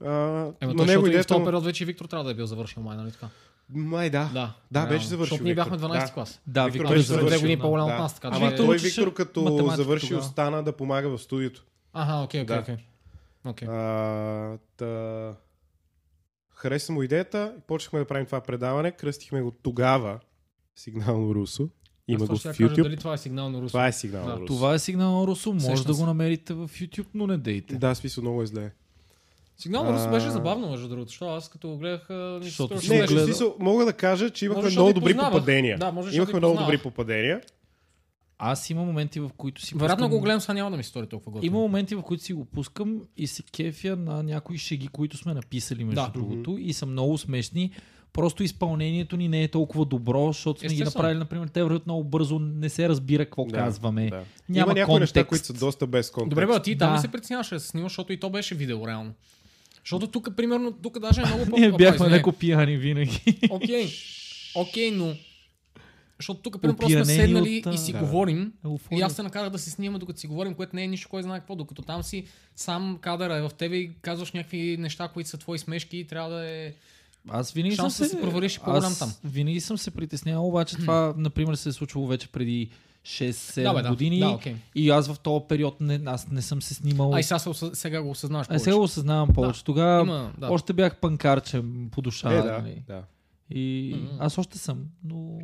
А,
Ема
на него
той, защото и в
идеята...
този
му-
период вече Виктор трябва да е бил завършил май, нали така?
Май да.
Да.
Да,
реално.
беше завършил
Защото ние бяхме
Виктор.
12
Да.
клас.
Да,
Виктор беше
Виктор
Той е
беше завършил,
две години
да.
по-голям от
Да.
нас, така че...
Ама
е-
Виктор
той
учеше
Виктор като
математика
завършил
тогава.
стана да помага в студиото.
Аха, окей, окей,
Да.
окей. Окей.
А, та... Хареса му идеята и почнахме да правим това предаване. Кръстихме го тогава сигнално русо. Има
Аз
го в
точно ще кажа
YouTube.
Дали това е сигнал на Руси?
Това е сигнално
Да.
русо.
Това е сигнал на Русо. Може
Сещам
да
се.
го намерите в YouTube, но не дейте.
Да, смисъл много е зле.
Сигнал на Руси
А.
беше забавно, между другото. Що аз като го гледах... а, ми се
Защото
струваше
си го
Не,
смешно.
в
гледал.
смисъл, мога да кажа, че имахме
Може, защото
много
ти
добри
познавах.
попадения.
Да, може, защото
имахме
ти
много добри
познавах.
попадения.
Аз има моменти, в които си
Вероятно
пускам-
го гледам, сега няма да ми се стори толкова готино.
Има моменти, в които си го пускам и се кефя на някои шеги, които сме написали между
Да.
другото и са много смешни. Просто изпълнението ни не е толкова добро, защото сме ги
Естествено.
направили, например, те вървят много бързо, не се разбира какво
Да,
казваме.
Да.
Е, Няма
Има някои
контекст.
неща, които са доста без контекст. Е,
Добре, бе, а ти
Да.
там ли се притесняваше да се снимаш, защото и то беше видео реално. Защото тук, примерно, тук даже е много по
Ние бяхме
Опа,
леко пияни винаги.
извинявай. Окей, окей, но... Защото тук, примерно, просто сме
Опиянени
седнали
от, а,
и си
да.
говорим.
Еуфория.
И аз се накарах да се снимаме, докато си говорим, което не е нищо кой знае какво. Докато там си сам кадъра е в тебе и казваш някакви неща, които са твои смешки и трябва да е...
Аз винаги
Шанс
съм
да се провалиш и по-голям
аз
там.
Винаги съм се притеснявал, обаче това, например, се е случвало вече преди 6-7
Да, бе, да.
години.
Да, окей.
И аз в този период не, аз не съм се снимал.
Ай, сега, се осъ- сега го осъзнаваш
Е,
повече.
сега го осъзнавам повече. Тогава
Има, да.
още бях панкарче по душа.
Е, да,
нали?
да.
И
Мгм.
аз още съм, но,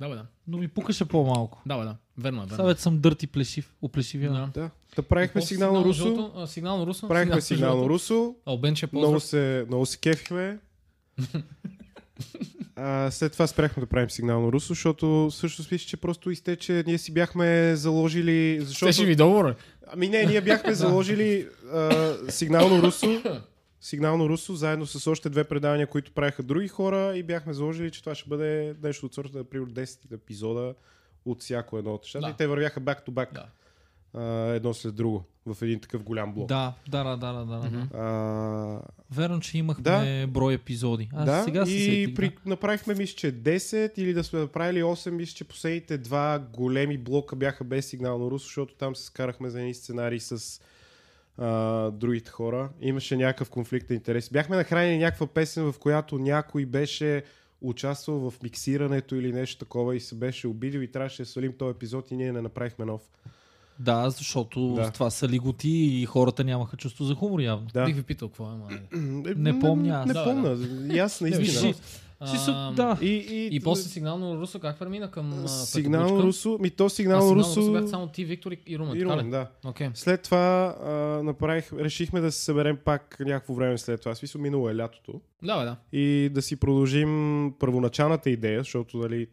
Да, бе, да.
но ми пукаше по-малко.
Да, бе, да. Верно е,
Сега
верно. е.
вече съм дърти плешив, оплешивя.
Да.
да. Та правихме
После
сигнално русо.
жълто, а, Сигнално русо.
Правихме сигнално
жълто.
русо.
Албенче, поздрав.
Много се, много се кефихме. А, след това спряхме да правим сигнално русо, защото всъщност мисля, че просто изтече, ние си бяхме заложили... Защото...
Щеше ви договора.
Ами не, ние бяхме заложили а, сигнално русо, сигнално русо, заедно с още две предавания, които правиха други хора и бяхме заложили, че това ще бъде нещо от сорта, примерно 10 епизода от всяко едно от нещата.
Да.
И те вървяха back to back
Да.
а, едно след друго в един такъв голям блок.
Да, да, да, да, да, да. да.
А,
Верно, че имахме брой епизоди. Аз
да,
сега се
и
сетих,
при...
да.
направихме, мисля, че 10 или да сме направили 8, мисля, че последните два големи блока бяха без сигнално русо, защото там се скарахме за едни сценарии с а, другите хора. Имаше някакъв конфликт на интереси. Бяхме нахранени някаква песен, в която някой беше участвал в миксирането или нещо такова и се беше обидил и трябваше да свалим този епизод и ние не направихме нов.
Да, защото
Да.
това са лиготи и хората нямаха чувство за хумор явно.
Да.
Бих ви питал какво е, ма.
Не,
помня аз.
Не,
Да,
помня. И аз наистина.
Ще-
Е, Си са-
Ам,
да.
И, и,
И после сигнално русо, как премина към... а,
Сигнал
Петрогрудска?
Русо, ми то
А,
сигнал Русо...
бях само ти, Виктор и- и Румен.
И
така ли?
Румен, да.
Окей.
След това а, направих, решихме да се съберем пак някакво време след това. В Смисъл, минало е лятото.
Да, бе, да.
И да си продължим първоначалната идея, защото нали,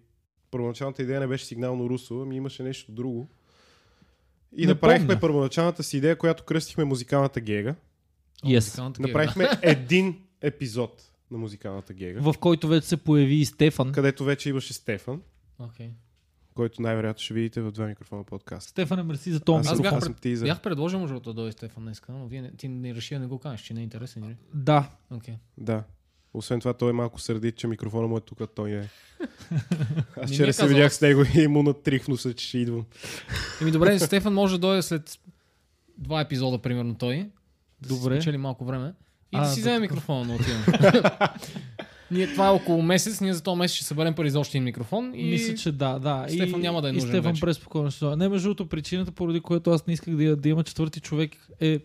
първоначалната идея не беше сигнално русо, ами имаше нещо друго. И
Не
направихме
помня.
първоначалната си идея, която кръстихме музикалната гега.
Yes.
Музикалната гега.
Направихме един епизод на музикалната гега,
В който вече се появи и Стефан.
където вече имаше Стефан,
Окей.
който най-вероятно ще видите в два микрофона подкаст.
Стефан е мерси за този
Аз,
бях
микрофон.
аз съм тизър.
Бях предложил между другото да дойде Стефан днес, но вие не, ти не реши да не го канеш, че не е интересен. Или?
Да,
Okay.
Да. Освен това, той е малко сърдит, че микрофона му е тук, а той не е. Аз
ми е
вчера се
казал.
видях с него и му натрих носа, че ще идвам.
Еми добре, Стефан може да дойде след два епизода, примерно той. Да
Добре.
Добре. Си спечели малко време. И
А,
да
да,
си вземе
така.
микрофона, но отивам. Ние, това е около месец, ние за този месец ще съберем пари за още един микрофон и
Мисля, че да, да.
Стефан
и,
няма да е
и
нужен
Стефан
вече.
преспокойно ще дойде. Не, между другото, причината, поради която аз не исках да, да има четвърти човек е...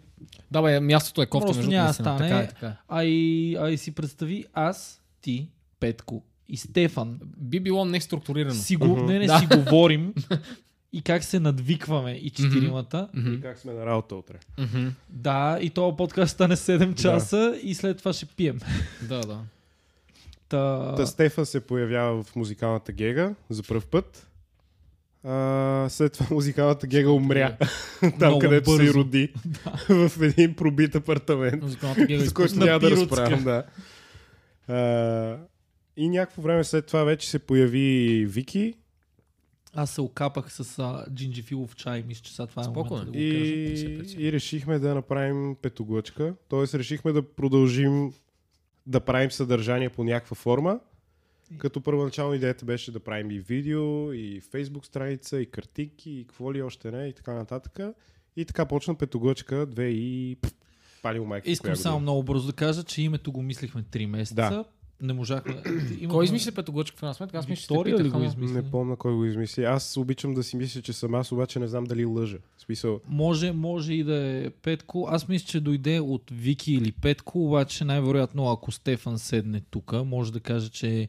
да, бе, мястото е кофта,
Просто
между
няма
наистина.
стане.
Така е, така е.
А и, а и си представи аз, ти, Петко и Стефан.
Би било неструктурирано.
Си го, не, не,
Да.
си говорим и как се надвикваме и четиримата.
И как сме на работа утре.
Мгм.
Да, и този подкаст стане 7 часа и след това ще пием.
Да, да.
Та...
Та Стефан се появява в музикалната гега за първ път. А, след това музикалната гега умря. Там,
е. Много
където се
бързо.
роди. в един пробит апартамент.
Музикалната гега
с който
изпусна.
няма да
пиротска.
разправям. Да. А, и някакво време след това вече се появи Вики
Аз се окапах с а, джинджифилов чай, мисля, че сега това е
Спокойно.
момента да го
и,
кажа.
не се притесняй.
и решихме да направим петоглъчка. Тоест решихме да продължим да правим съдържание по някаква форма. Като първоначално идеята беше да правим и видео, и фейсбук страница, и картинки, и какво ли още не, и така нататък. И така почна петоглъчка 2 и... пф, Палил майка.
Искам
коя
само
година.
много бързо да кажа, че името го мислихме 3 месеца.
Да.
Не можахме. Имахме...
Кой измисли петоглъчка в крайна сметка? Аз мисля, че те
Виктория ли
питах,
го
ама-
измисли?
Не помня кой го измисли. Аз обичам да си мисля, че съм аз, обаче не знам дали лъжа. В смисъл,
Може, може и да е Петко. Аз мисля, че дойде от Вики или Петко, обаче най-вероятно ако Стефан седне тук, може да каже, че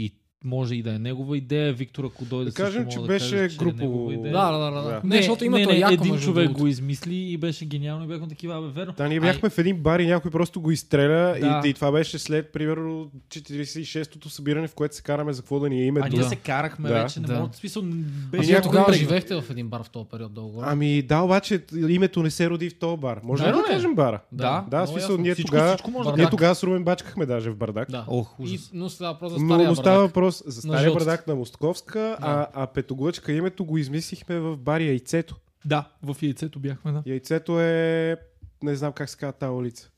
и може и да е негова идея. Виктор, ако дойде
Да кажем,
също,
че
мога
беше
да каже, че
групово.
Е негова идея.
Да, да, да. да.
Да.
Не, защото името е яко,
един
между
човек
другото.
го измисли и беше гениално и бяхме такива, абе, верно.
да, ние бяхме в един бар и някой просто го изстреля
Да.
и, и това беше след, примерно, 46-тото събиране, в което се караме за какво да ни е
А
името.
ние се карахме
Да.
вече, не
Да.
мога да смисъл. н-
А
Беше
вие
някой
тогава
тръгна.
живеехте в един бар в този период дълго. време.
Ами да, обаче името не се роди в този бар. Може
Да,
ли да,
не.
кажем бара?
Да,
да, в
много
смисъл,
ясно.
ние
всичко,
тогава,
всичко може да
Бардак.
ние тогава с Румен бачкахме даже в бардак.
Да.
Ох,
И,
ужас.
но става въпрос за
Но,
стария
но става
бардак.
въпрос за
На
стария
жълтите.
бардак на Мостковска, а, а петоглъчка името го измислихме в бар Яйцето.
Да, в яйцето бяхме, да.
Яйцето е... не знам как се казва тази улица.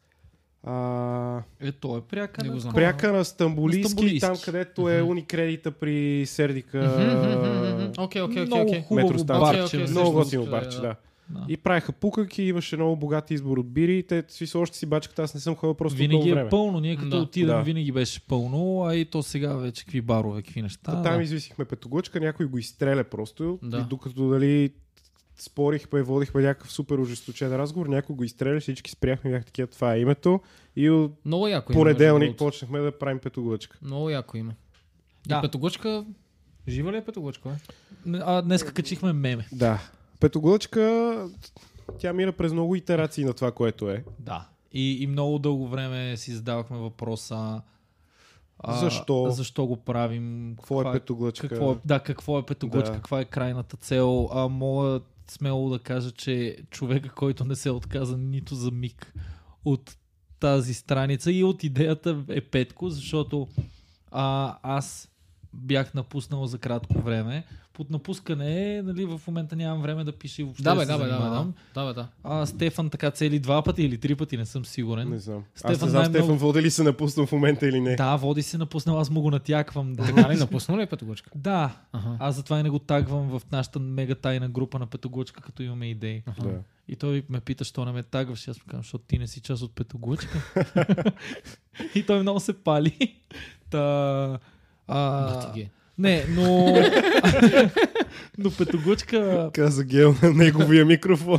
А,
Е, то е пряка.
Не
на
го знам.
такова.
пряка на Стамбулийски,
На Стамбулийски.
там където е уникредита при Сердика.
Мгм, мгм, мгм, мгм. Окей, окей, окей,
Много
окей.
хубаво
метростанция.
барче.
Окей, окей,
Много
всъщност,
готино
е,
барче, да.
Да.
И правиха пуканки, имаше много богат избор от бири. и Те си още си бачката, аз не съм ходил просто от
Винаги
много
е
време.
пълно, ние като
Да.
отидем
Да.
винаги беше пълно, а и то сега вече какви барове, какви неща.
Та, там извисихме петоглъчка, някой го изстреля просто.
Да.
И докато дали спорихме, водихме някакъв супер ожесточен разговор, някой го изстреля, всички спряхме, бях такива, това е името. И от
Много яко има. между
понеделник
другото.
почнахме да правим петоглъчка.
Много яко има.
Да.
И петоглъчка... Жива ли е петоглъчка, бе?
А, днеска качихме меме.
Да. Петоглъчка, тя мира през много итерации на това, което е.
Да. И, и много дълго време си задавахме въпроса
Защо?
Защо го правим?
Какво е
каква-
петоглъчка?
Какво е, да, какво е петоглъчка,
Да.
каква е крайната цел. А, мога смело да кажа, че човека, който не се отказа нито за миг от тази страница и от идеята е Петко, защото а, аз бях напуснал за кратко време. Под напускане, е, нали, в момента нямам време да пиша и въобще
Да,
да
бе,
се
да, бе, да, бе, да.
занимавам.
Да, бе, да.
А, Стефан така цели два пъти или три пъти, не съм сигурен.
Не знам. Аз не
Стефан
знам
най-много-
Стефан води ли се напусна в момента или не.
Да, води се напуснал, аз му го натяквам. Да.
Така ли напусна ли е петоглъчка?
да.
Аха.
Аз затова и не го тагвам в нашата мега тайна група на Петоглъчка, като имаме идеи.
Да.
И той ме пита, що не ме тагваш. И Аз му казвам, защото ти не си част от Петоглъчка. и той много се пали. Та...
Да,
А,
ти ги е.
не, но... но Петоглъчка...
Каза гел на неговия микрофон.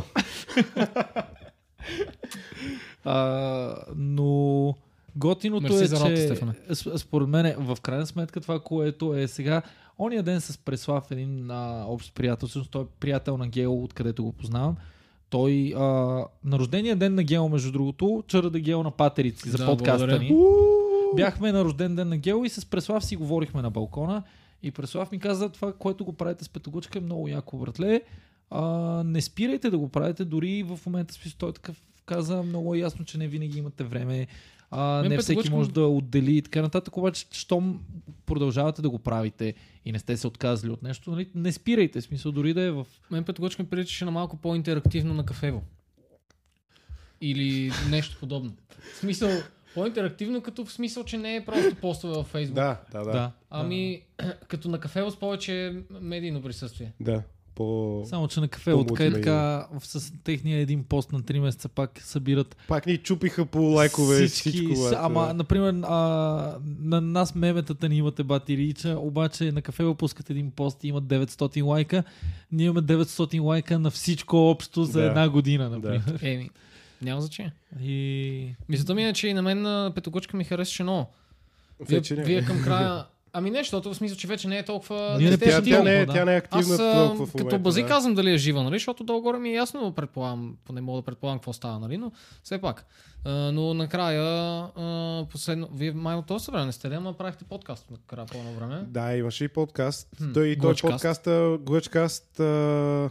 А, но готиното
Мерси
е,
за работа,
че
Стефане.
с- според мен в крайна сметка това, което е сега... Ония ден с Преслав, един а, общ приятел, всъщност той е приятел на Гео, откъдето го познавам. Той а, на рождения ден на Гео, между другото, чара да Гео на патерици за
Да,
подкаста
благодаря.
ни. Бяхме на рожден ден на Гео и с Преслав си говорихме на балкона. И Преслав ми каза, това, което го правите с петогучка е много яко, братле. А, не спирайте да го правите, дори и в момента смисъл, той такъв каза, много е ясно, че не винаги имате време. А,
Мен
не всеки
петоглъчка-
може да отдели и така нататък, обаче, щом продължавате да го правите и не сте се отказали от нещо, нали? не спирайте, в смисъл, дори да е в...
Мен петоглъчка ми приличаше на малко по-интерактивно на кафево. Или нещо подобно. В смисъл, по-интерактивно като в смисъл, че не е просто постове във Ами, Фейсбук.
Да, да, да.
Да.
Ами, като на кафево с повече медийно присъствие.
да. по...
Само, че на кафе от и
по-мултимедия.
така с техния един пост на 3 месеца пак събират
Пак ни чупиха по лайкове всички, всичко.
с-
брат,
Ама,
да.
например, а, на нас меметата ни имате бати рича, обаче на кафе пускат един пост и имат 900 лайка. Ние имаме 900 лайка на всичко общо за
Да.
една година, например.
Еми, няма значение.
И...
Мисълта ми е, че и на мен а, петогочка ми харесваше много. Вие,
Вече не.
вие към края... Ами не, защото в смисъл, че вече не е толкова...
Ние
не
не
сте
тя,
пишем
активни.
тя, не, е-
толкова,
тя не е активна
Аз
толкова в
а,
момента.
като бази
да.
казвам дали е жива, нали? Защото долу-горе ми е ясно, предполагам, поне мога да предполагам какво става, нали? Но все пак. А, но накрая, а, последно, вие май от този време не сте, ли, ама правихте подкаст накрая по едно време.
Да, имаше и подкаст.
Хм,
той и той
Глъчкаст.
подкаста, Глъчкаст, а,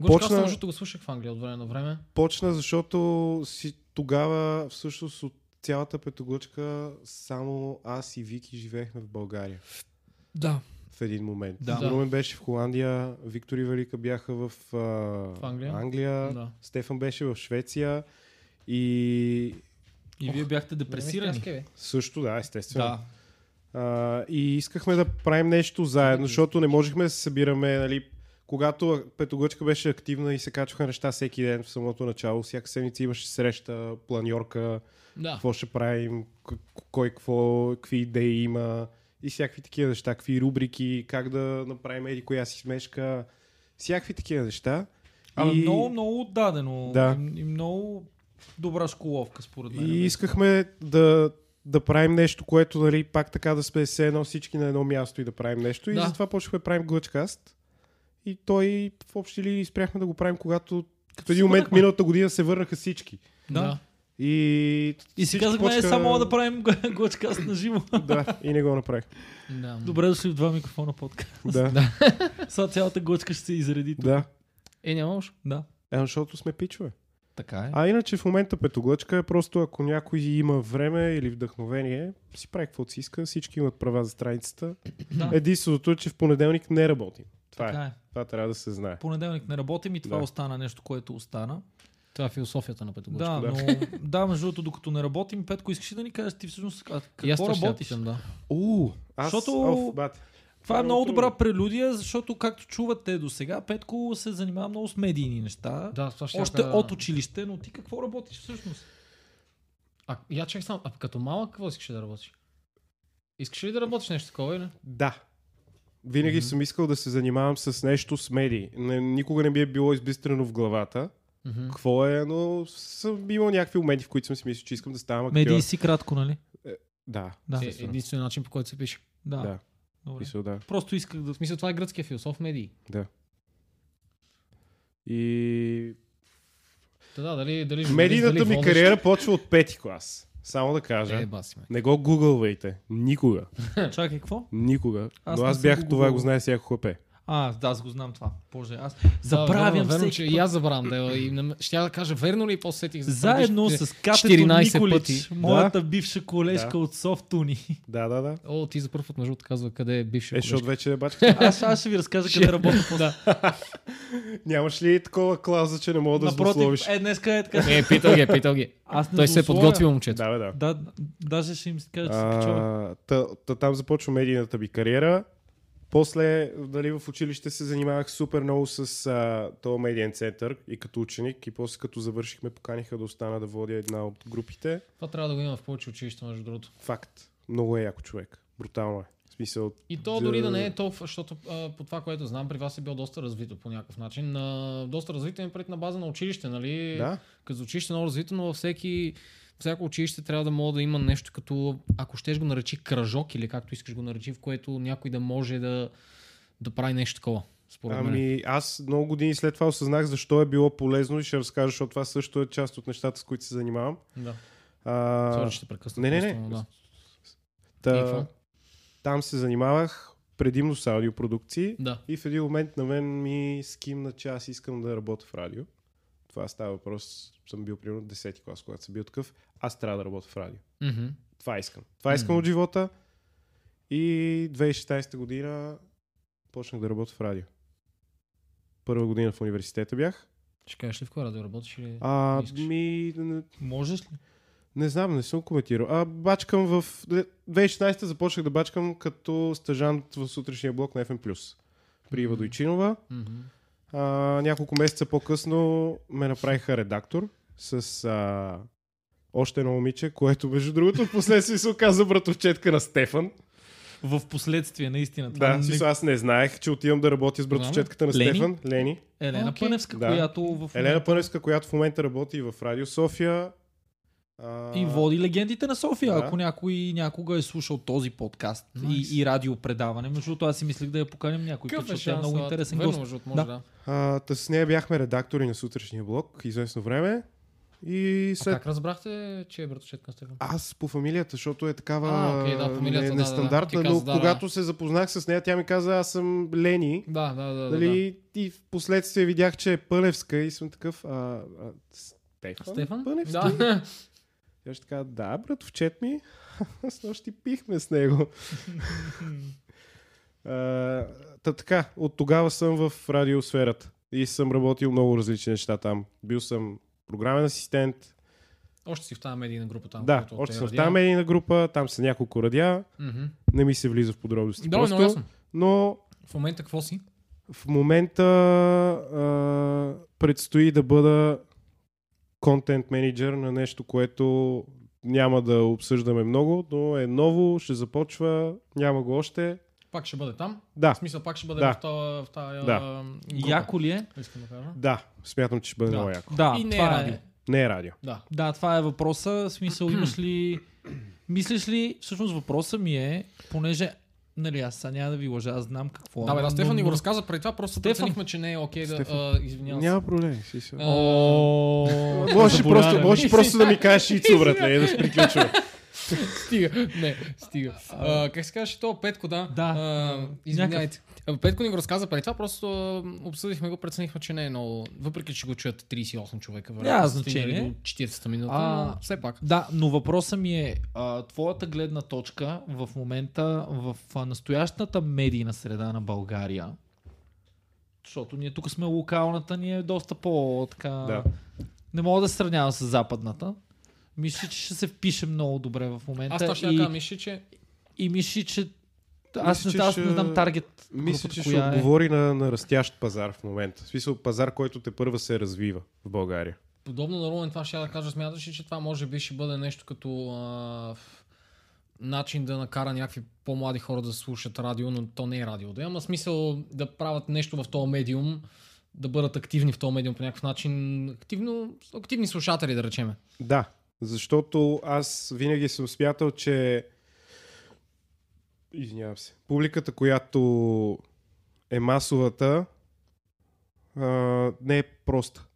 Гучкаст,
Почна-
Почна... защото го слушах в Англия от време на време.
почна, защото си тогава всъщност от цялата петоглъчка само аз и Вики живеехме в България
Да.
в един момент.
Да.
Да.
Румен беше в Холандия, Виктор и Велика бяха в, а,
Англия.
Англия
Да.
Стефан беше в Швеция и
И вие бяхте депресирани.
също, да, естествено.
Да.
А, и искахме да правим нещо заедно, защото не можехме да се събираме, нали, когато Петогъчка беше активна и се качваха неща всеки ден в самото начало, всяка седмица имаше среща, планьорка,
Да.
какво ще правим, к- кой какво, какви идеи има и всякакви такива неща, какви рубрики, как да направим еди коя си смешка, всякакви такива неща.
Ама
И-
е много, много отдадено.
Ами, Да.
И, и много добра школовка, според мен. Нали?
И искахме да, да правим нещо, което, нали, пак така да сме все едно всички на едно място и да правим нещо. И
Да.
затова почнахме да правим глъчкаст. И той в общи ли спряхме да го правим, когато в
се
един момент
върнахме.
миналата година се върнаха всички.
Да.
Да.
И,
И си
всички
казахме,
почнаха-
е, само мога да правим глъчкаст на живо.
Да, и не го направих.
да.
Добре дошли в два микрофона подкаст.
Да,
Сега цялата глъчка ще се изреди. тук.
да.
Е, няма уж.
Да.
Е, защото сме пичове.
Така е.
А иначе в момента петоглъчка е просто ако някой има време или вдъхновение, си прави каквото си иска, всички имат права за страницата.
Да.
Единственото е, че в понеделник не работим. Това е.
Така е.
Това трябва да се знае.
Понеделник не работим и това
Да.
остана нещо, което остана.
Това е философията на петогочка.
Да,
да.
но да, между другото, докато не работим, Петко, искаш ли да ни кажеш ти всъщност а,
И аз
какво
това ще я
работиш?
питам, да.
У, аз,
Защото-
Оф, бат.
Това е
Много
много добра
трудно.
прелюдия, защото както чувате до сега, Петко се занимава много с медийни неща.
Да, това ще
Още
я-
от училище, но ти какво работиш всъщност?
А, я чакай само, а като малък какво искаш да работиш? Искаш ли да работиш нещо такова или?
Да. Винаги mm-hmm. съм искал да се занимавам с нещо с медии. Не, никога не би е било избистрено в главата.
Мгм.
Какво е, но съм имал някакви моменти, в които съм си мислил, че искам да ставам актьор.
Медии си кратко, нали?
Да,
Да.
Е,
естествено.
единственият начин по който се пише.
Да.
да.
Добре.
Мисля, да.
Просто исках да...
В смисъл, това е гръцкия философ медии.
И
Да, да, дали, дали журналист,
медийната
дали
ми
водещ.
кариера почва от пети клас. Само да кажа.
Е, баси ме.
Не го гугълвайте. Никога.
Чакай, какво?
Никога.
Аз
Но
не
аз
съм
бях
го
това,
гугълвал.
го знае всяко хлапе.
А, да, аз го знам това. Боже, аз
да,
забравям
верно,
всеки
че
път.
и аз забравям да и на... ще я да кажа верно ли и после сетих за
Заедно
предишните-
с Катето
14
Николич,
пъти.
моята бивша колежка
Да.
от софтуни.
Да, да, да.
е, О, ти за първ път между другото казва къде е бивша
Е, защото
колежка.
вече е бачка.
Аз, аз ще ви разкажа къде работя.
Да.
Нямаш ли такова клауза, че не мога да злословиш?
Напротив, е, днеска е така.
Е, питал ги, е, питал ги.
Аз не
Той се е
злословя.
подготвил момчето.
Да, бе, да.
Да, даже ще им се кажа, че се качува.
А, та, та, там започва медийната ми кариера. После, дали в училище се занимавах супер много с а, този медиен център и като ученик. И после като завършихме, поканиха да остана да водя една от групите.
Това трябва да го има в повече училища, между другото.
Факт. Много е яко човек. Брутално е. В смисъл,
И то дори да не е толкова, защото а, по това, което знам, при вас е било доста развито по някакъв начин. А, доста развито е пред на база на училище, нали?
Да.
Като за училище е много развито, но във всеки, всяко училище трябва да може да има нещо като, ако щеш го наречи кръжок или както искаш го наречи, в което някой да може да, да прави нещо такова. Според мен.
Ами аз много години след това осъзнах защо е било полезно и ще разкажа, защото това също е част от нещата, с които се занимавам.
Да. Сори,
А,
че ще прекъсна.
не, не, не.
просто, но Да. Е,
та,
какво?
там се занимавах предимно с аудиопродукции.
да.
И в един момент на мен ми скимна, че аз искам да работя в радио. Това става въпрос, съм бил примерно 10 клас, когато съм бил такъв. Аз трябва да работя в радио.
Мгм.
Това искам. Това искам
Мгм.
от живота. И 2016 година почнах да работя в радио. Първа година в университета бях.
Ще кажеш ли в кой радио работиш или...
А,
не искаш?
ми, не,
Можеш ли?
не знам, не съм коментирал. А, бачкам в... 2016 започнах да бачкам като стъжант в сутрешния блок на FM+. при Вадойчинова. А, няколко месеца по-късно ме направиха редактор с а, още едно момиче, което между другото в последствие се оказа братовчетка на Стефан.
В последствие, наистина. това
Да, не...
не...
аз не знаех, че отивам да работя с братовчетката на
Лени?
Стефан. Лени.
Елена okay.
Окей.
Пъневска,
Да.
която в момента
Елена Пъневска, която в момента работи и в Радио София. А,
и води легендите на София.
Да.
Ако някой някога е слушал този подкаст
Найс.
и, и радиопредаване, между другото аз си мислих да я поканим някой път,
Какъв е
защото е
шанс?
много
това?
интересен
Верно,
гост.
между другото,
Да.
може да.
а, та с нея бяхме редактори на сутрешния блок известно време. И
А
след
как разбрахте, че е братовчетка на Стефан?
Аз по фамилията, защото е такава
А, окей, да, фамилията,
не,
да, да,
нестандартна,
да. Ти
но
каза, да,
когато се запознах с нея, тя ми каза, аз съм Лени.
Да, да, да. да,
Дали, Нали, и в последствие видях, че е Пълевска и съм такъв, а, а Стефан?
Стефан?
Пълевски?
да. Да.
Тя ще така, да, братовчет ми, с нощи пихме с него. а, та така, от тогава съм в радиосферата и съм работил много различни неща там. Бил съм програмен асистент,
Още си в тази медийна група там. е
да,
която
още
те
съм в
радиа.
тази медийна група, там са няколко радиа,
Мгм.
не ми се влиза в подробности.
Да,
просто,
много ясно.
но
В момента какво си?
в момента а, предстои да бъда контент менеджер на нещо, което няма да обсъждаме много, но е ново, ще започва, няма го още.
Пак ще бъде там.
Да,
В смисъл, пак ще бъде
Да.
в тази, в тази
Да.
а, група.
Яко ли е?
Искам да кажа.
да, смятам, че ще бъде много яко.
Да,
И не е
това
радио.
е.
Не е радио.
Да.
Да, това е въпроса. В Смисъл, имаш ли... Мислиш ли... Всъщност въпроса ми е, понеже... Нали, аз сега няма да ви лъжа, аз знам какво е.
Да, бе, да,
но-
Стефан ни
но-
го разказа преди това, просто
Стефан.
преценихме, че не е окей да...
Стефан.
а, Извинявам се.
Няма проблем. си се.
А,
О,
Можеш просто,
заболяне.
можеш просто да ми кажеш Ицо, братле, да се приключва.
Стига, не, стига. А, как се казваше то? Петко, да.
Да.
А, извинявайте. А, Петко ни го разказа преди това, просто а, обсъдихме го, преценихме, че не е много. Въпреки, че го чуят 38 човека,
Няма
са стигнали
значение.
До 40 минута,
А,
но все пак.
Да, но въпросът ми е, а, твоята гледна точка в момента в а, настоящата медийна среда на България, защото ние тук сме локалната, ни е доста по-така...
Да.
Не мога да се сравнявам с западната. Мисля, че ще се впише много добре в момента.
Аз точно
и,
така мисля, че
и мисля, че... Аз,
Мисля,
мисля,
че
не, аз не
ще-
знам таргет.
Мисля,
групата
че ще
коя е.
отговори на, на растящ пазар в момента. В смисъл пазар, който те първа се развива в България.
подобно на Румен, това ще я да кажа, смяташ ли, че това може би ще бъде нещо като а, в- начин да накара някакви по-млади хора да слушат радио, но то не е радио. Да има смисъл да правят нещо в този медиум, да бъдат активни в този медиум по някакъв начин, активно, активни слушатели, да речеме.
Да, защото аз винаги съм смятал, че Извинявам се. Публиката, която е масовата, а, не е проста.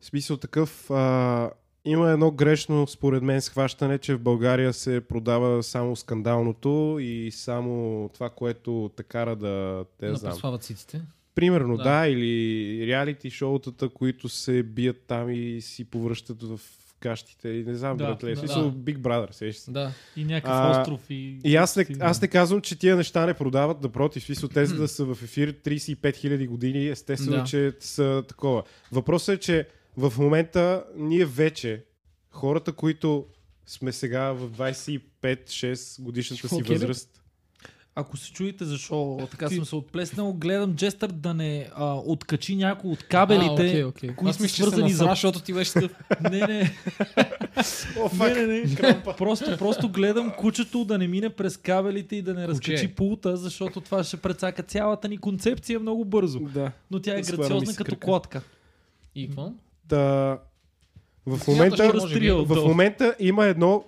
В смисъл такъв, а, има едно грешно, според мен, схващане, че в България се продава само скандалното и само това, което те кара да те
Да
не знам.
преслават сиците.
Примерно, да.
Да.
да, или реалити шоутата, които се бият там и си повръщат в кащите и не знам, да,
Да,
братле.
да.
Да, смисъл, Big Brother, сещаш се.
Да.
И някакъв
А,
остров. И,
И аз не,
Стига.
аз не казвам, че тия неща не продават, напротив, смисъл, те за да са в ефир 35 000 години, естествено, да.
Да.
че са такова. Въпросът е, че в момента ние вече, хората, които сме сега в 25-6 годишната си
Шокират.
възраст,
Ако се чуете защо така
Ти-
съм се отплеснал, гледам Джестър да не а, откачи някой от кабелите,
а, окей, окей.
които
Аз
са
мисля, че се
свързани
насра,
за...
защото ти беше такъв.
Не, не,
о,
не,
фак,
не, не.
крампа.
Просто, просто гледам кучето да не мине през кабелите и да не разкачи пулта, защото това ще прецака цялата ни концепция много бързо.
Да.
Но тя е
Сваля ми
грациозна
се
като
кръка.
клотка.
И какво?
Та, в
Смяташ,
момента...
че може би-
Разтрил.
В
Долу.
момента има едно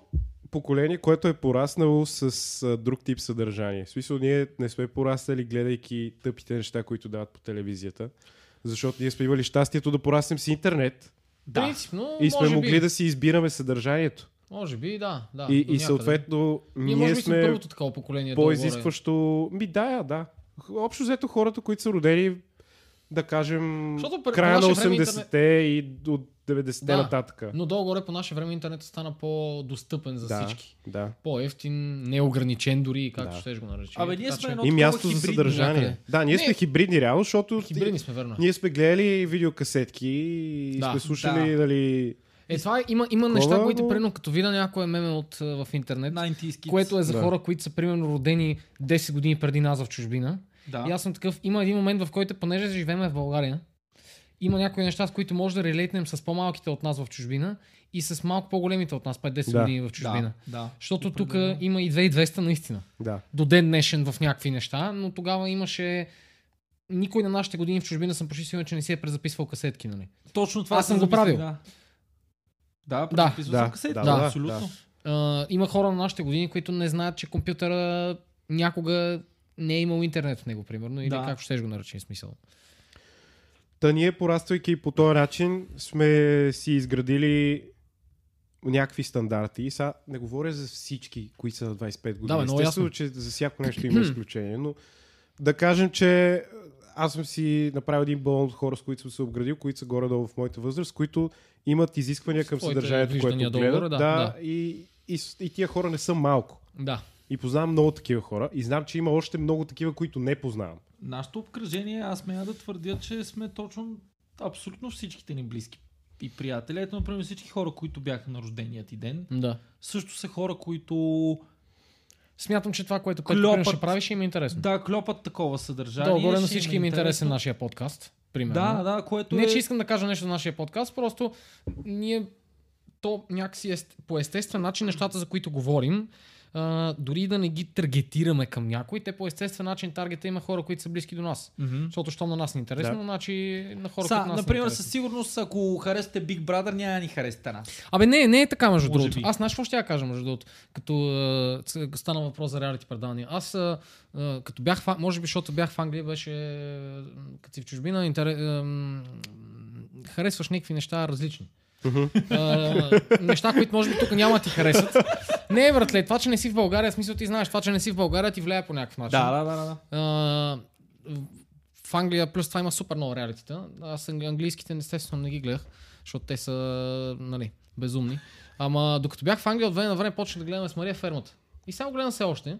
поколение, което е пораснало с а, друг тип съдържание. В смисъл, ние не сме пораснали, гледайки тъпите неща, които дават по телевизията. Защото ние сме имали щастието да пораснем с интернет
Да. Принципно,
и сме
може
могли
би,
да си избираме съдържанието.
Може би, да. да
и,
до
и
някъде.
съответно,
Ние,
ние,
може би сме
сме
първото такова поколение. долу-горе.
по-изискващо... Ми да, да. Общо взето хората, които са родени, да кажем,
Защото пр-
края
по
на
наше време
80-те и от 90-те
Да.
нататък.
Но долу-горе по наше време интернет стана по-достъпен за
да,
всички.
да.
По-ефтин, неограничен дори, както
Да.
ще го наречем.
Абе, ние
Така
сме
че-
едно
И
такова
място за
хибридно
съдържание.
някъде.
Да, ние
Не.
сме хибридни реално, защото
Хибридни сме, верно.
ние сме гледали видеокасетки и
Да,
сме слушали,
да.
нали...
Е, това е- има, има
Такова,
неща,
но-
които, примерно, като видя някое меме от, а, в интернет,
90s kids.
което е за
Да.
хора, които са, примерно, родени 10 години преди нас в чужбина.
Да.
И аз съм такъв. Има един момент, в който, понеже живеем в България, има някои неща, с които може да релейтнем с по-малките от нас в чужбина и с малко по-големите от нас, 5-10
Да.
години в чужбина.
Да, да.
Защото тук
Определено.
има и 2200 наистина.
Да.
До ден днешен в някакви неща, но тогава имаше... Никой на нашите години в чужбина съм почти сигурен, че не си е презаписвал касетки, нали?
Точно това
Аз
се
съм го
замислих,
правил.
Да, да,
Да,
преписвал съм
да,
касети,
да,
да,
абсолютно.
А, има хора на нашите години, които не знаят, че компютъра някога не е имал интернет в него, примерно, или
Да.
да. как ще го наречем смисъл.
Та ние, пораствайки по този начин, сме си изградили някакви стандарти. И Сега не говоря за всички, които са на 25 години.
бе, много
Естествено,
ясно.
че за всяко нещо има изключение, но да кажем, че аз съм си направил един балон от хора, с които съм се обградил, които са горе-долу в моята възраст, които имат изисквания към
Своите
съдържанието,
виждания
което
долу-горе,
гледат.
да,
да, И, и, с- и тия хора не са малко.
Да.
И познавам много такива хора. И знам, че има още много такива, които не познавам.
Нашето обкръжение, аз смея да твърдя, че сме точно абсолютно всичките ни близки и приятели. Ето, например, всички хора, които бяха на рождения ти ден,
Да.
също са хора, които
Смятам, че това, което Петко
Кльопът.
Пирин ще прави, ще им е интересно.
да клепат такова съдържание.
Да, горе на
ще
всички им е интересен нашия подкаст, примерно.
Да, да, което
Не,
е...
че искам да кажа нещо на нашия подкаст, просто ние то някакси ест, по естествен начин нещата, за които говорим, а, дори да не ги таргетираме към някой, те по естествен начин таргета има хора, които са близки до нас.
Мгм.
Защото щом на нас ни е интересно,
Да.
значи на хора,
Са,
които нас
например,
не
със сигурност, ако харесате Big Brother, няма да ни харесате нас.
Абе, не, не е така, между
Може
другото.
би.
Аз знаеш какво ще я кажа, между другото, като е, ц- стана въпрос за реалити предавания. Аз, е, е, като бях, в Ан- може би, защото бях в Англия, беше, е, като си в чужбина, интере... е, м, харесваш някакви неща различни. Е, неща, които може би тук няма да ти харесат. Не, братле, това, че не си в България, в смисъл ти знаеш, това, че не си в България, ти влияе по някакъв начин.
Да, да, да, да.
А, в Англия, плюс това има супер много реалитета. Аз ан- английските, естествено, не ги гледах, защото те са, нали, безумни. Ама докато бях в Англия, от време на време почнах да гледаме с Мария фермата. И само гледам се още,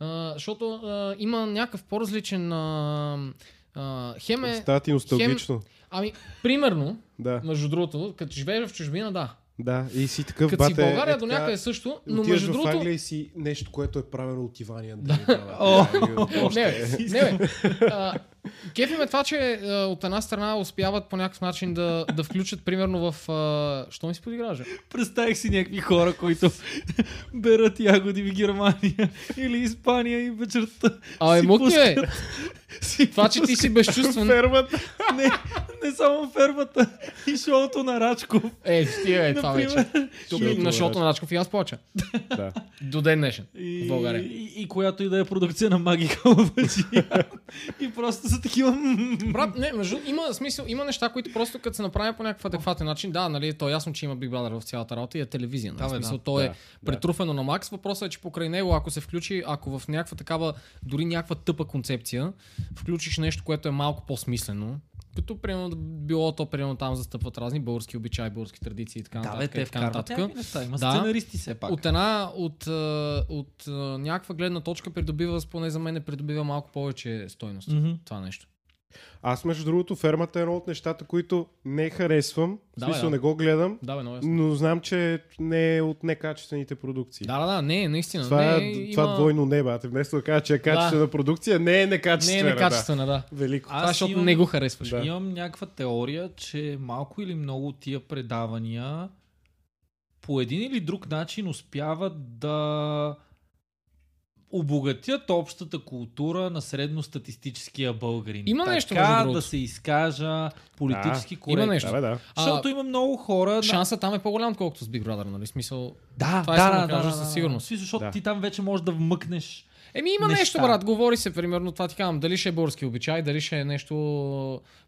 а, защото а, има някакъв по-различен... А, а, хем е...
Става ти носталгично.
Ами, примерно,
Да,
между другото, като живееш в чужбина, да.
да. И си такъв
Като си в
бате, е
България, до
така,
някъде също, но
Отиваш
между
в
другото...
Англия и си нещо, което е правено от Иван и Андрей.
О!
Не, бе, не, бе. А, Кефи ме това, че а, от една страна успяват по някакъв начин да, да включат, примерно в... А, що ми се подигража?
Представих си някакви хора, които берат ягоди в Германия или Испания и вечерта
Абе,
си
мукни, бе.
пускат- си
Това, че ти си безчувствен...
Фермата.
пускат- Не, не само фермата и шоуто на Рачков.
Е, стига е това вече.
Например.
Тук
Шоуто
на
на
шото на Рачков и аз плача.
Да.
До ден днешен.
И,
В България.
И, и, която и да е продукция на магика лъжи. и просто са такива... м,
Брат, не, между има смисъл, има неща, които просто като се направят по някакъв адекватен начин, да, нали, то е ясно, че има Big Brother в цялата работа и е телевизия. Нали,
Да, бе,
смисъл,
да.
то е
Да, да.
претруфено на макс. Въпросът е, че покрай него, ако се включи, ако в някаква такава, дори някаква тъпа концепция, включиш нещо, което е малко по-смислено, като примерно било то, примерно там застъпват разни български обичаи, български традиции и така
Да,
нататък.
бе,
и
те
така
вкарват
нататък.
някакви неща. Има
Да.
сценаристи все пак.
От една, от, а, от а, някаква гледна точка придобива, поне за мен, придобива малко повече стойност.
Мгм.
Това нещо.
Аз, между другото, фермата е едно от нещата, които не харесвам. В
Да,
смисъл,
бе, да.
не го гледам.
Да, бе, много ясно.
Но знам, че не е от некачествените продукции.
Да, да, да, не, наистина.
Това,
не,
е, това
има...
двойно не, бате. Вместо да кажа, че е качествена продукция, не е
Не
некачествена.
е
Да.
некачествена, да.
Велико.
Това, защото
имам-
не го харесваш.
Да.
Имам някаква теория, че малко или много от тия предавания по един или друг начин успяват да обогатят общата култура на средностатистическия българин.
Има
така,
нещо, между другото.
да се изкажа политически
Да,
коректно.
има нещо.
Да, бе, да.
А,
Защото има много хора... на-
шанса там е по-голям, отколкото с Big Brother, нали? Смисъл.
Да,
Това
да,
искам да
да, да,
кажа
да,
със
да.
сигурност.
Смисъл, Защото
Да.
ти там вече можеш да вмъкнеш
Еми има
Неща.
нещо, брат. Говори се, примерно, това ти казвам. Дали ще е български обичай, дали ще е нещо...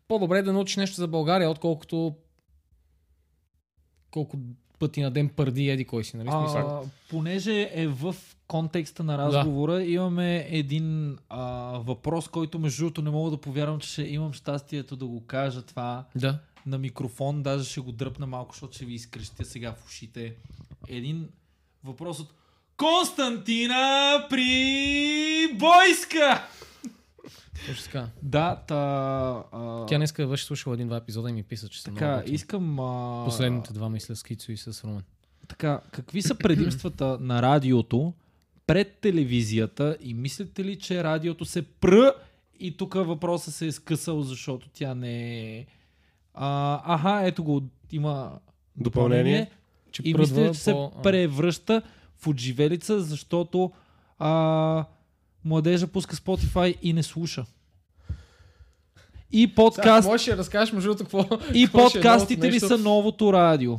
По-добре да научиш нещо за България, отколкото... Колко пъти на ден пърди еди кой си, нали? Смисъл.
А, понеже е в контекста на разговора, да. имаме един а, въпрос, който между другото не мога да повярвам, че ще имам щастието да го кажа това
Да.
на микрофон, даже ще го дръпна малко, защото ще ви изкрещя сега в ушите. Един въпрос от Константина при Бойска!
Точно така.
Да, та... А,
Тя днеска беше слушала един-два епизода и ми писа, че съм
така,
много готин.
искам... А,
Последните два мисля с Кицо и с Румен.
Така, какви са предимствата на радиото пред телевизията и мислите ли, че радиото се пр И тук въпросът се е скъсал, защото тя не е... А, аха, ето го, има
Допълнение.
Че
и
пръдва
мисля, че се
по- а.
превръща в отживелица, защото а, младежа пуска Spotify и не слуша. И,
Сега,
подкаст,
Можеш да разкажеш между другото какво...
и
какво ще е
подкастите
новото
ли
нещо?
са новото радио?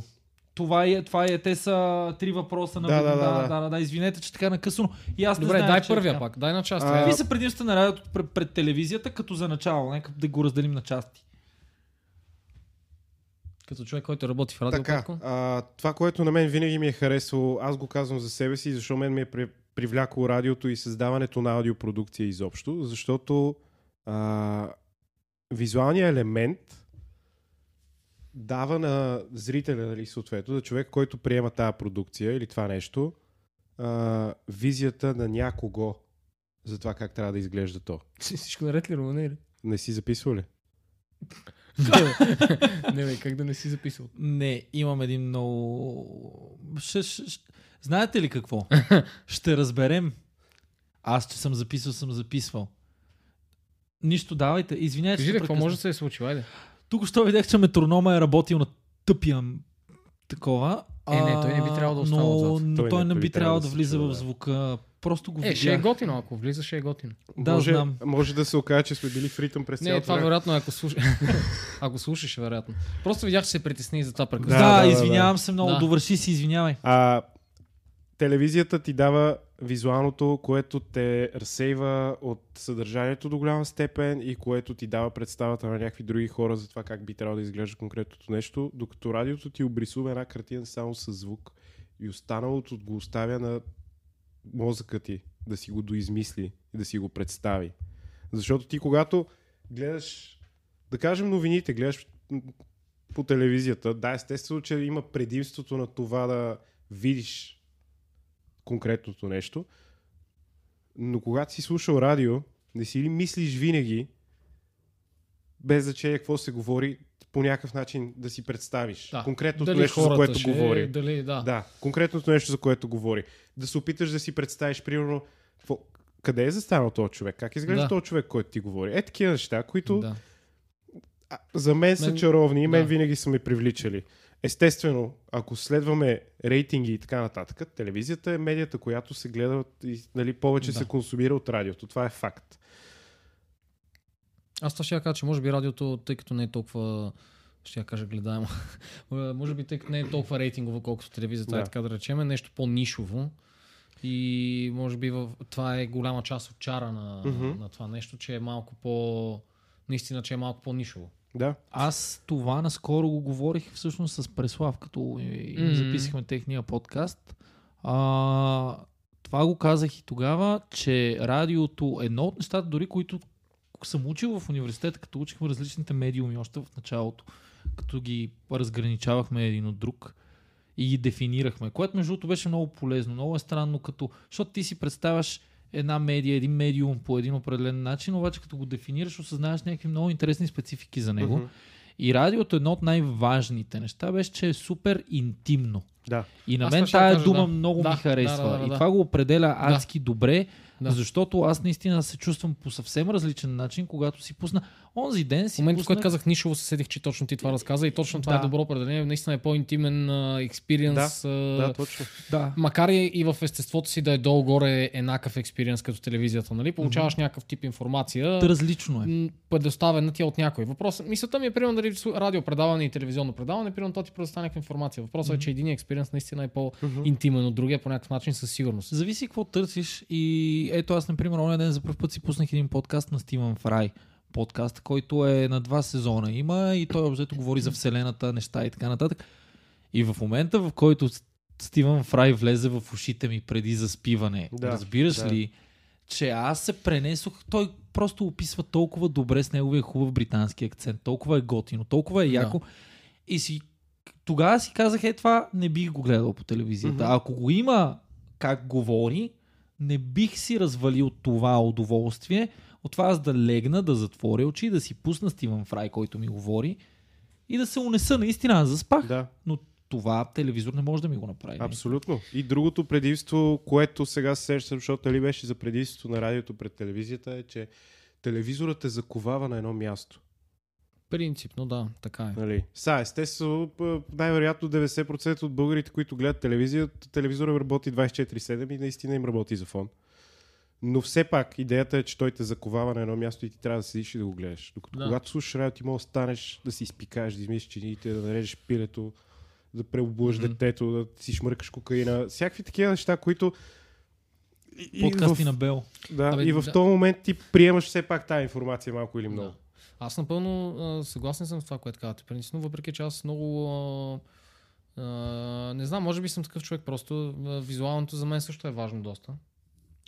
Това е, това е, те са три въпроса на
Да, да,
да,
да,
да,
да.
да, да, извинете, че така накъсно. И аз не
Добре,
знаех,
дай
че е
първия
така.
пак, дай на част. Е,
А,
трябва.
Какви са предимствата на радиото пред, пред телевизията, като за начало? Нека да го разделим на части.
Като човек, който е работи в радио,
Така,
Петко.
а, това, което на мен винаги ми е харесало, аз го казвам за себе си, защо мен ми е при- привлякло радиото и създаването на аудиопродукция изобщо, защото а, визуалният елемент дава на зрителя, нали, съответно, на човек, който приема тази продукция или това нещо, а, визията на някого за това как трябва да изглежда то.
Всичко
е
наред ли, Румъне? или?
Не си записвал ли?
Не, бе, как да не си
Е,
записал?
Не, имам един много... Ще, ще, ще... Знаете ли какво? ще разберем. Аз, че съм записал, съм записвал. Нищо, давайте. Извинявай, че
Кажи
те
ли, какво
прекъснах.
може да се е случило, айде.
Тук що видях, че метронома е работил на тъпия м- такова.
Е, не, той не би
а,
трябвало да остава
но,
отзад.
но той, не би трябвало да
се
влиза
чува,
в
да.
звука. Просто го
Е,
видях.
ще е готино, ако влиза, ще е готино.
Да,
може,
знам.
може да се окаже, че сме били в ритъм през
Не,
цялото
това
време.
вероятно, е, ако слушаш. ако слушаш, е вероятно. Просто видях, че се притесни и за това
Да,
прекъсна.
Да,
да,
да, да,
извинявам се много.
Да.
Довърши си, извинявай.
А, телевизията ти дава визуалното, което те разсейва от съдържанието до голяма степен и което ти дава представата на някакви други хора за това как би трябвало да изглежда конкретното нещо, докато радиото ти обрисува една картина само с звук и останалото го оставя на мозъка ти да си го доизмисли и да си го представи. Защото ти когато гледаш, да кажем новините, гледаш м, по телевизията, да, естествено, че има предимството на това да видиш конкретното нещо, но когато си слушал радио, не си ли мислиш винаги, без значение какво се говори, по някакъв начин да си представиш
Да.
конкретното
Дали
нещо, за
хората
което
ще е,
говори.
Дали, да.
Да, конкретното нещо, за което говори. Да се опиташ да си представиш, примерно, какво, къде е застанал този човек, как изглежда
Да.
този човек, който ти говори. Е, такива неща, които да.
да.
а, за мен са
Мен-
чаровни и мен
да.
винаги са ми привличали. Естествено, ако следваме рейтинги и така нататък, телевизията е медията, която се гледа от- и нали, повече
Да.
да. се консумира от радиото. Това е факт.
Аз това ще я кажа, че може би радиото, тъй като не е толкова ще я кажа гледаемо. Е, може би тъй като не е толкова рейтингово, колкото телевизията, да.
Да.
така да речем, е нещо по-нишово. И може би в... това е голяма част от чара на, mm-hmm.
Мгм.
на това нещо, че е малко по... Наистина, че е малко по-нишово.
Да.
Аз това наскоро го говорих всъщност с Преслав, като им
Мм.
записахме техния подкаст. А, това го казах и тогава, че радиото е едно от нещата, дори които съм учил в университета, като учихме различните медиуми още в началото, като ги разграничавахме един от друг и ги дефинирахме, което между другото беше много полезно, много е странно, като, защото ти си представяш една медия, един медиум по един определен начин, обаче като го дефинираш, осъзнаеш някакви много интересни специфики за него.
Мгм.
И радиото е едно от най-важните неща беше, че е супер интимно.
Да.
И на
Аз
мен
това ще я
тая
кажа,
дума
да.
много
Да,
ми
да,
харесва.
да, да, да.
И това го определя
Да.
адски добре,
Да.
защото аз наистина се чувствам по съвсем различен начин, когато си пусна. Онзи ден
В
си
момента, в
пусна...
който казах нишово, се седих, че точно ти това разказа и точно това
Да.
е добро определение. Наистина е по-интимен експириенс.
Да, точно.
Да.
Макар и и в естеството си да е долу-горе еднакъв експириенс като телевизията, нали? Получаваш някакъв тип информация.
Различно е.
м, предоставена ти е от някой. Въпрос, мисълта ми е, примерно, дали су- радиопредаване и телевизионно предаване, примерно, то ти предоставя някаква информация. Въпросът е, че един експириенс наистина е по-интимен от другия по някакъв начин със сигурност.
Зависи какво търсиш и ето аз, например, оня ден за първ път си пуснах един подкаст на Стивън Фрай. Подкаст, който е на два сезона има и той обзето говори за вселената, неща и така нататък. И в момента, в който С- Стивън Фрай влезе в ушите ми преди заспиване, да,
Да,
разбираш
да.
ли, че аз се пренесох, той просто описва толкова добре с неговия хубав британски акцент, толкова е готино, толкова е
Да.
яко. И си тогава си казах, е това не бих го гледал по телевизията.
Мгм.
Mm-hmm. Ако го има как говори, не бих си развалил това удоволствие от това аз да легна, да затворя очи, да си пусна Стивън Фрай, който ми говори и да се унеса. Наистина, аз заспах, да.
Да.
но това телевизор не може да ми го направи.
Абсолютно. И другото предимство, което сега се сещам, защото нали беше за предимството на радиото пред телевизията, е, че телевизорът те заковава на едно място.
Принципно, да, така е.
Нали? Са, естествено, п- най-вероятно 90% от българите, които гледат телевизия, телевизора работи 24-7 и наистина им работи за фон. Но все пак, идеята е, че той те заковава на едно място и ти трябва да седиш и да го гледаш. Докато
Да.
да. когато слушаш радио, ти можеш да станеш, да си изпикаеш, да измислиш чините, да нарежеш пилето, да преобуваш
Мгм.
mm-hmm. детето, да си шмъркаш кокаина. Всякакви такива неща, които... И- и
Подкасти
в-
на Бел.
Да,
Абе,
и в
да.
този момент ти приемаш все пак тази информация малко или много.
Да. Аз напълно а, съгласен съм с това, което казвате. Принципно, въпреки че аз много... А, а, не знам, може би съм такъв човек, просто а, визуалното за мен също е важно доста.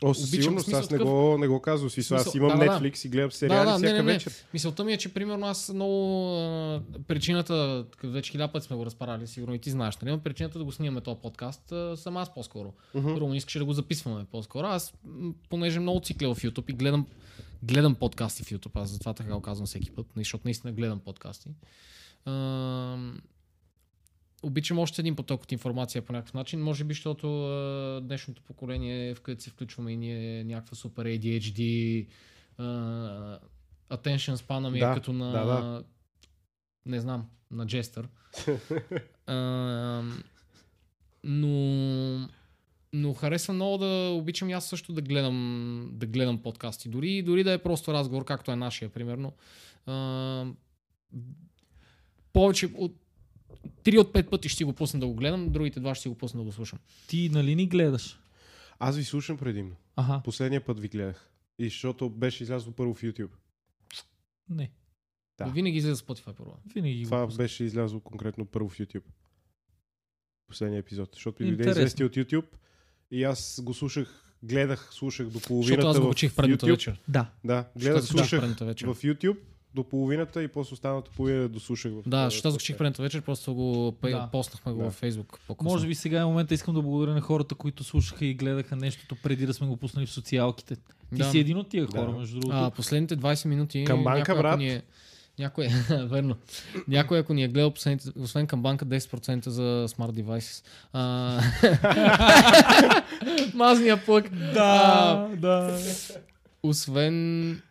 О, със
Обичам, в
сигурност,
смисъл
аз не
такъв-
го, не го казвам. Си,
смисъл,
аз имам
да, да, да.
Netflix и гледам сериали
Да, да, не,
всяка
не, не.
вечер.
Мисълта ми е, че примерно аз много... А, причината, така, вече хиляда пъти сме го разпарали, сигурно и ти знаеш, нали? Но Причината да го снимаме този подкаст а, съм аз по-скоро.
Мгм.
Румен искаше да го записваме по-скоро. Аз, м, понеже много цикля в YouTube и гледам, гледам подкасти в YouTube, аз затова така го казвам всеки път, нали, защото наистина гледам подкасти. Ам, обичам още един поток от информация по някакъв начин, може би, защото а, днешното поколение, е в което се включваме и ние някаква супер ADHD, а, attention span ми е
Да,
като на...
да, да.
Не знам, на Джестър. Ам, но, но харесвам много да обичам и аз също да гледам, да гледам подкасти. Дори, дори да е просто разговор, както е нашия, примерно. А, повече от 3 от 5 пъти ще си го пусна да го гледам, другите два ще си го пусна да го слушам.
Ти нали ни гледаш?
Аз ви слушам предимно.
Аха,
Последния път ви гледах. И защото беше излязло първо в YouTube.
не.
Да.
Да. Винаги излезе Spotify първо.
Винаги го
Това е
пускам.
беше излязло конкретно първо в YouTube. Последния епизод. Защото ми дойде
Интересно.
известие от YouTube. И аз го слушах, гледах, слушах до половината
Защото аз го
в
учих предната
YouTube.
вечер.
Да.
Да,
Защото
гледах,
аз го учих
слушах
предната вечер.
в YouTube до половината и после останалата половина дослушах в
Да, защото аз го учих предната вечер, просто го пе-
Да.
постнахме го
Е, Да.
във Facebook по-късно.
Може би сега е момента искам да благодаря на хората, които слушаха и гледаха нещото преди да сме го пуснали в социалките. Ти
Да.
си един от тия хора,
Да.
между другото.
А, последните 20 минути.
Камбанка,
някой, ако
брат.
Ни е, някой, верно. Някой, ако ни е гледал последните, освен камбанка, 10% за Smart Devices. А... Мазния плък. А,
да.
освен...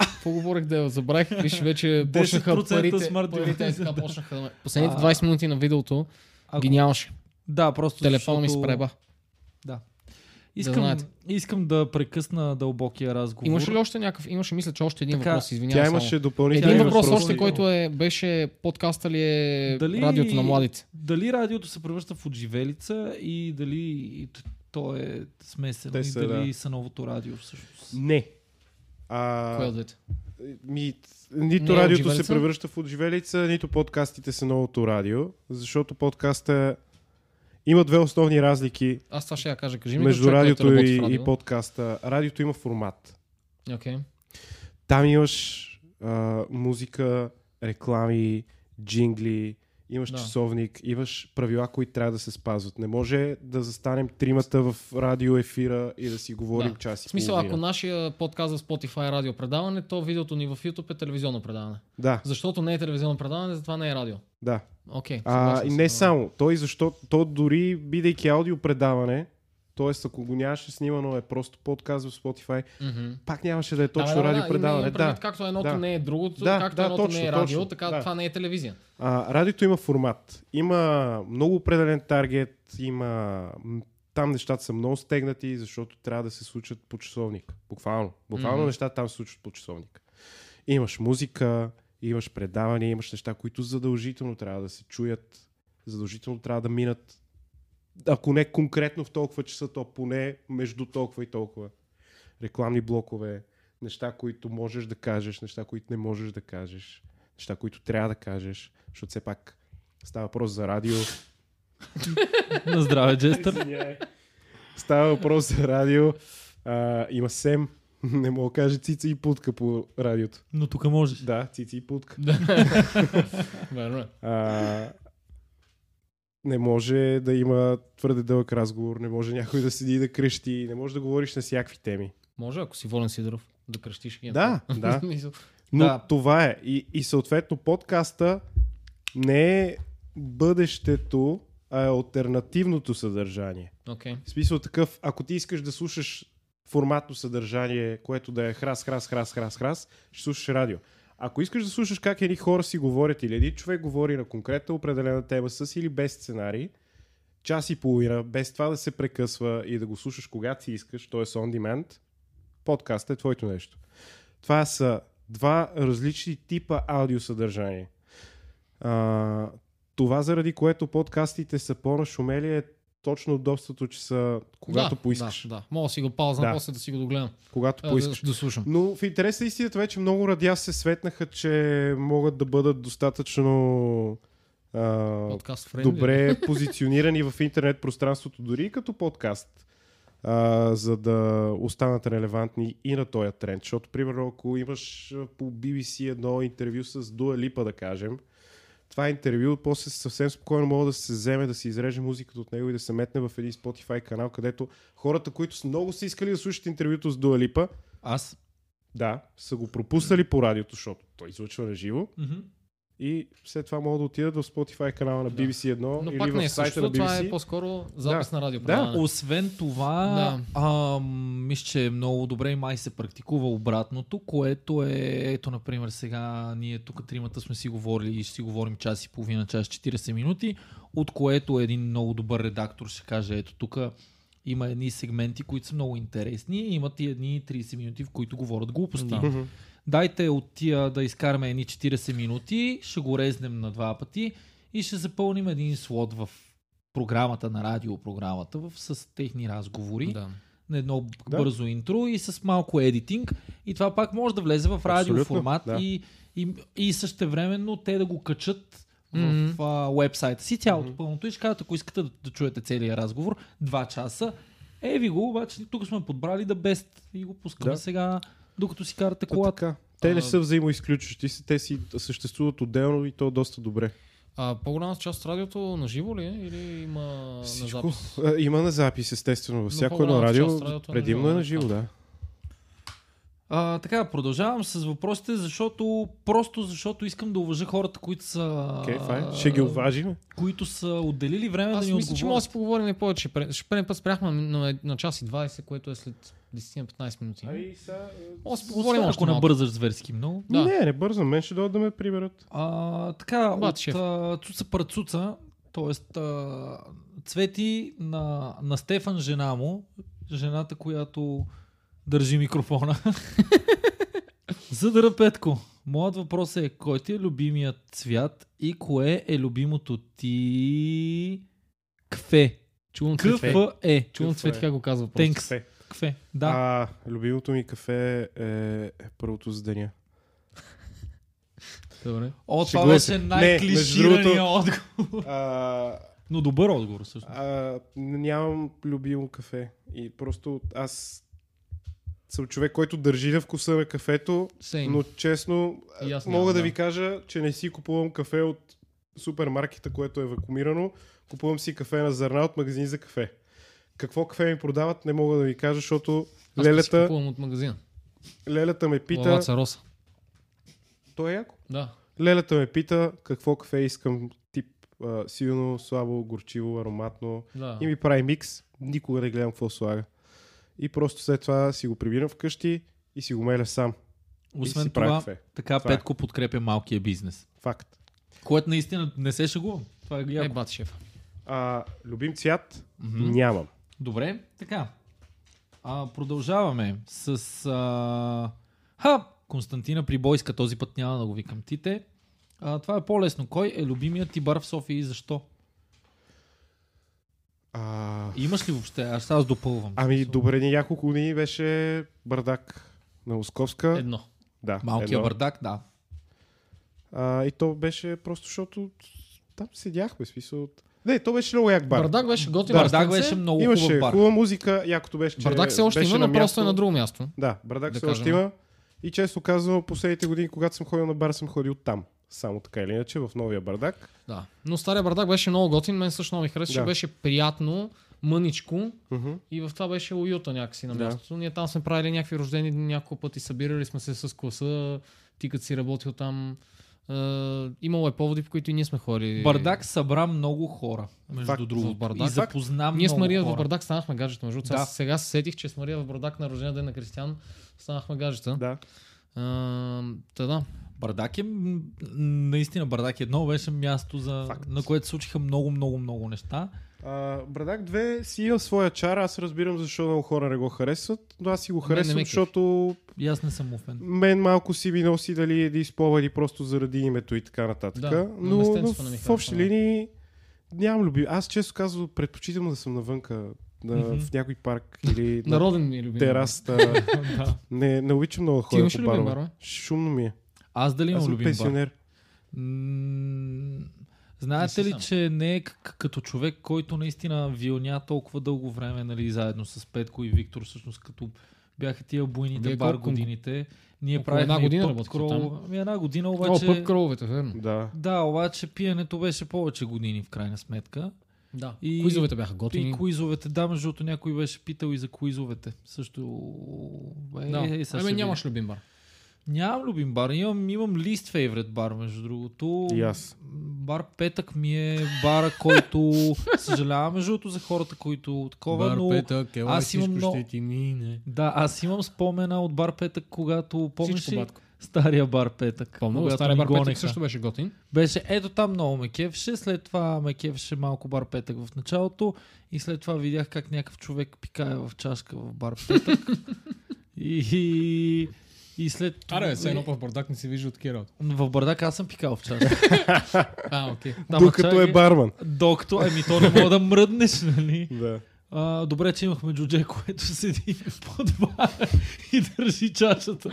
Какво говорих да я забравих, виж вече
10%
почнаха парите,
Smart
парите е
Devices,
така
да.
почнаха да ме- Последните
А.
20 минути на видеото
Ако...
ги нямаше.
Да, просто
Телефон ми
защото-
спреба.
Да. Искам,
знаете.
да искам да прекъсна дълбокия разговор.
Имаше ли още някакъв? Имаше, мисля, че още един
Така,
въпрос, извинявам
Тя
се.
имаше допълнителни
Един
Тя има
въпрос
въпроси.
още, който е, беше подкаста ли е
Дали-
радиото на младите?
Дали радиото се превръща в отживелица и дали и т- то е смесено
Те
и
са,
дали
да.
са новото радио всъщност.
Не.
Кое
А,
от двете?
Ми,
Не
нито
е
радиото се
отживелица?
превръща в отживелица, нито подкастите са новото радио, защото подкаста има две основни разлики
Аз това ще я кажа. Кажи ми
между
като човек, който
радиото
работи
и,
в
и подкаста. Радиото има формат.
Окей.
Там имаш а, музика, реклами, джингли, имаш
Да.
да. часовник, имаш правила, които трябва да се спазват. Не може да застанем тримата в радио ефира и да си говорим
Да.
да. час и
В смисъл,
половина.
ако нашия подкаст в Spotify е радио предаване, то видеото ни в YouTube е телевизионно предаване.
Да,
Защото не е телевизионно предаване, затова не е радио.
да.
Окей.
А,
съгласен
и
съм,
не
добре.
само. Той защо, то дори бидейки аудио предаване, т.е. ако го нямаше снимано е просто подкаст в Spotify,
Мгм.
пак нямаше да е точно
Да, бе, да, да,
радио
имам
предаване.
предвид,
Да.
Както едното
Да.
не е другото,
Да,
както
да,
едното не е
точно,
радио,
точно,
така
да.
това не е телевизия.
А, радиото има формат. Има много определен таргет, има... м, Там нещата са много стегнати, защото трябва да се случат по часовник. Буквално. Буквално
Мгм.
mm-hmm. нещата там се случват по часовник. Имаш музика, имаш предавания, имаш неща, които задължително трябва да се чуят, задължително трябва да минат. Ако не конкретно в толкова часа, то поне между толкова и толкова. Рекламни блокове, неща, които можеш да кажеш, неща, които не можеш да кажеш, неща, които трябва да кажеш, защото все пак става въпрос за радио.
На здраве, Джестър.
Извинявай. става въпрос за радио. А, има Сем. Не мога да кажа цица и путка по радиото.
Но тук можеш.
Да, цица и путка.
Верно е.
А, не може да има твърде дълъг разговор, не може някой да седи и да крещи, не може да говориш на всякакви теми.
Може, ако си Волен Сидоров, да кръщиш ги.
Да, да.
Мисъл,
Но
Да.
да. това е. И, и съответно подкаста не е бъдещето, а е альтернативното съдържание.
Окей.
В смисъл такъв, ако ти искаш да слушаш форматно съдържание, което да е храс, храс, храс, храс, храс, ще слушаш радио. Ако искаш да слушаш как едни хора си говорят или един човек говори на конкретна определена тема с или без сценарий, час и половина, без това да се прекъсва и да го слушаш когато си искаш, т.е. on demand, подкаст е твоето нещо. Това са два различни типа аудиосъдържание. А, това заради което подкастите са по-нашумели е точно удобството, че са когато
да,
поискаш.
Да, да. Мога да си го паузна,
Да.
после да си го догледам.
Когато
А,
поискаш.
Е, Да, да слушам.
Но в интерес на истината вече много радиа се светнаха, че могат да бъдат достатъчно а,
Подкаст френдли.
добре позиционирани в интернет пространството, дори и като подкаст, а, за да останат релевантни и на този тренд. Защото, примерно, ако имаш а, по BBC едно интервю с Дуа Липа, да кажем, това интервю после съвсем спокойно мога да се вземе, да се изреже музиката от него и да се метне в един Spotify канал, където хората, които с много са искали да слушат интервюто с Дуа Липа,
Аз.
да, са го пропуснали по радиото, защото той излъчва на живо
Мгм.
и след това могат да отидат в Spotify канала на BBC1
Но
или
пак
в
не е
сайта
също,
на
това
BBC.
е по-скоро запис
Да.
на радио.
Да.
предаване.
Освен това, а, мисля, че е много добре и май се практикува обратното, което е, ето, например, сега ние тук тримата сме си говорили и ще си говорим час и половина, час 40 минути, от което един много добър редактор ще каже, ето тук има едни сегменти, които са много интересни, имат и едни 30 минути, в които говорят глупости.
Да.
Мгм.
Дайте от тия да изкараме едни 40 минути, ще го резнем на два пъти и ще запълним един слот в програмата на радиопрограмата в, с техни разговори
Да.
на едно
Да.
бързо интро и с малко едитинг. И това пак може да влезе в радиоформат
да.
и, и, и същевременно те да го качат в
Мгм.
а, уебсайта си цялото
Мгм.
пълното и ще кажат, ако искате да, да чуете целият разговор, два часа, е ви го, обаче тук сме подбрали да бест и го пускаме
Да.
сега, докато си карате
Та
колата.
така. Те не
А,
са взаимоизключващи се, те си съществуват отделно и то е доста добре.
А по-голямата част от радиото на живо ли е? Или има на
Всичко.
запис?
А, Има на запис, естествено, във всяко едно
по-голямата
радио.
част от радиото е на
Предимно
живо,
е на
да.
живо, да.
А, така, продължавам с въпросите, защото просто защото искам да уважа хората, които са.
Окей, okay, Ще ги уважим.
Които са отделили време да
Аз
ни
мисля, че
отговорят.
може да си поговорим и повече. Пре- Ще преден път спряхме на, на, на час и 20, което е след 10-15 минути. Може да си поговорим
Освен
още
ако
малко.
набързаш зверски много.
Да.
Не, не бързам, мен ще дойдат да ме приберат.
А, така,
Бат,
от
шеф.
а, Цуца Парцуца, т.е. цвети на, на Стефан жена му, жената, която държи микрофона. Задъра Петко, моят въпрос е, кой ти е любимият цвят и кое е любимото ти кафе?
Чувам цвет.
Кафе е.
Чувам
Кафе.
цвет, как го казва. просто.
Тенкс.
Кафе.
Кафе. Да.
А, любимото ми кафе е първото за деня.
Добре.
О, това
шегува се.
беше
Не,
най-клишираният
между
отговор.
А,
Но добър отговор също.
А, нямам любимо кафе. И просто аз съм човек, който държи на вкуса на кафето,
Same.
но честно а,
И аз
мога
нямам,
да
да.
ви кажа, че не си купувам кафе от супермаркета, което е вакуумирано. Купувам си кафе на зърна от магазин за кафе. Какво кафе ми продават, не мога да ви кажа, защото
Аз пък си
лелята,
купувам от магазина.
лелята ме
Пита...
пита...
Лалаца Роса.
То е яко.
Да.
Лелята ме пита какво кафе искам, тип а, силно, слабо, горчиво, ароматно.
да. Е,
и ми прави микс, никога не гледам какво слага. И просто след това си го прибирам вкъщи и си го меля сам. и
Освен
си правя
това,
кафе.
така
Това е.
Петко подкрепя малкия бизнес.
Факт.
Което наистина не се шегувам. Това е
Е,
яко.
бат шефа.
А, любим цвят? Mm-hmm. Нямам.
Добре, така. А, продължаваме с... А... Ха! Константина Прибойска, този път няма да го викам тите. А, това е по-лесно. Кой е любимият ти бар в София и защо?
А,
Имаш ли въобще? Аз сега аз допълвам.
ами, добре, ни няколко дни беше бардак на Осковска.
Едно.
Да,
Малкия
едно.
бардак, да.
А, и то беше просто, защото там седяхме, в смисъл. от- Не, то беше много як бар.
Бардак беше готин.
Бардак
ресторанце.
беше много
Имаше
хубав бар.
хубава музика, якото беше, че
Бардак се още
беше
има,
на
но просто е
място.
на друго място.
Да, Брадак да
Да
се още
кажем.
има. И често казвам, последните години, когато съм ходил на бар, съм ходил там. Само така или иначе, в новия Бардак.
Да. Но стария бардак беше много готин, мен също много ми харесаше,
Да.
беше приятно, мъничко
Мгм.
и в това беше уюта някакси на
Да.
мястото. Ние там сме правили някакви рождени дни няколко пъти, събирали сме се с класа, ти като си работил там, А, имало е поводи, по които и ние сме ходили.
Бардак събра много хора, между
Факт.
другото.
В Бардак.
и запозна много
Ние с Мария
хора.
в Бардак станахме гаджета, между другото.
Да.
Да. Сега се сетих, че с Мария в Бардак на рождения ден на Кристиан станахме гаджета.
Да.
А, та да.
Бардак е, м, наистина, Бардак е едно беше място, за,
Факт.
на което се случиха много, много, много неща.
А, Брадак 2 си има своя чар. Аз разбирам защо много хора не го харесват, но аз си го
не е
харесвам,
ме кефи.
защото
И аз не съм офен.
мен малко си ми носи дали един спомен и просто заради името и така нататък.
Да,
но, но,
местенство не ми
в
харесва,
общи
да.
линии нямам люби. Аз често казвам, предпочитам да съм навънка, да,
Мгм.
в някой парк или на
Народен ми е любим.
терасата.
да.
не, не обичам много хора
имаш ли
по
любим
барове.
барове?
Шумно ми е.
Аз дали
Аз
имам
съм
любим бар?
пенсионер.
М,
Не
Знаете
си
ли,
сам.
че не е к- като човек, който наистина вилня толкова дълго време, нали, заедно с Петко и Виктор, всъщност като бяха тия буйните
Вие
бар
колко-
годините. Ние
около
правихме
една година
и пъп
работихте
крол.
там?
Ами една година
Обаче...
обаче...
О, пъп крововете, верно.
Да.
Да, обаче пиенето беше повече години в крайна сметка.
Да.
И-
И... Куизовете бяха
И
готини.
куизовете, да, между другото някой беше питал и за куизовете. Също... Е,
Да.
е, е, сега
Абе,
ще
Ами, нямаш любим бар.
Нямам любим бар. Имам, имам лист фейворит бар, между другото.
И аз.
Бар Петък ми е бара, който съжалявам, между другото, за хората, които такова, но...
петък,
ела, аз имам всичко много- ще
ти мине.
Да, аз имам спомена от бар Петък, когато помниш
Всичко,
ли
батко.
стария бар Петък.
Помня,
когато
стария
ни
бар петък
гонеха?
също беше готин.
Беше ето там много ме кефше, след това ме кефше малко бар петък в началото и след това видях как някакъв човек пикае в чашка в бар петък. и, и, и след това...
в бардак не се вижда от кера.
В бардак аз съм пикал в чашка.
А, окей.
Там
Докато
чай-
е барман.
Докато, ами то не мога да мръднеш, нали?
Да.
А, добре, че имахме джудже, което седи под бара и държи чашата.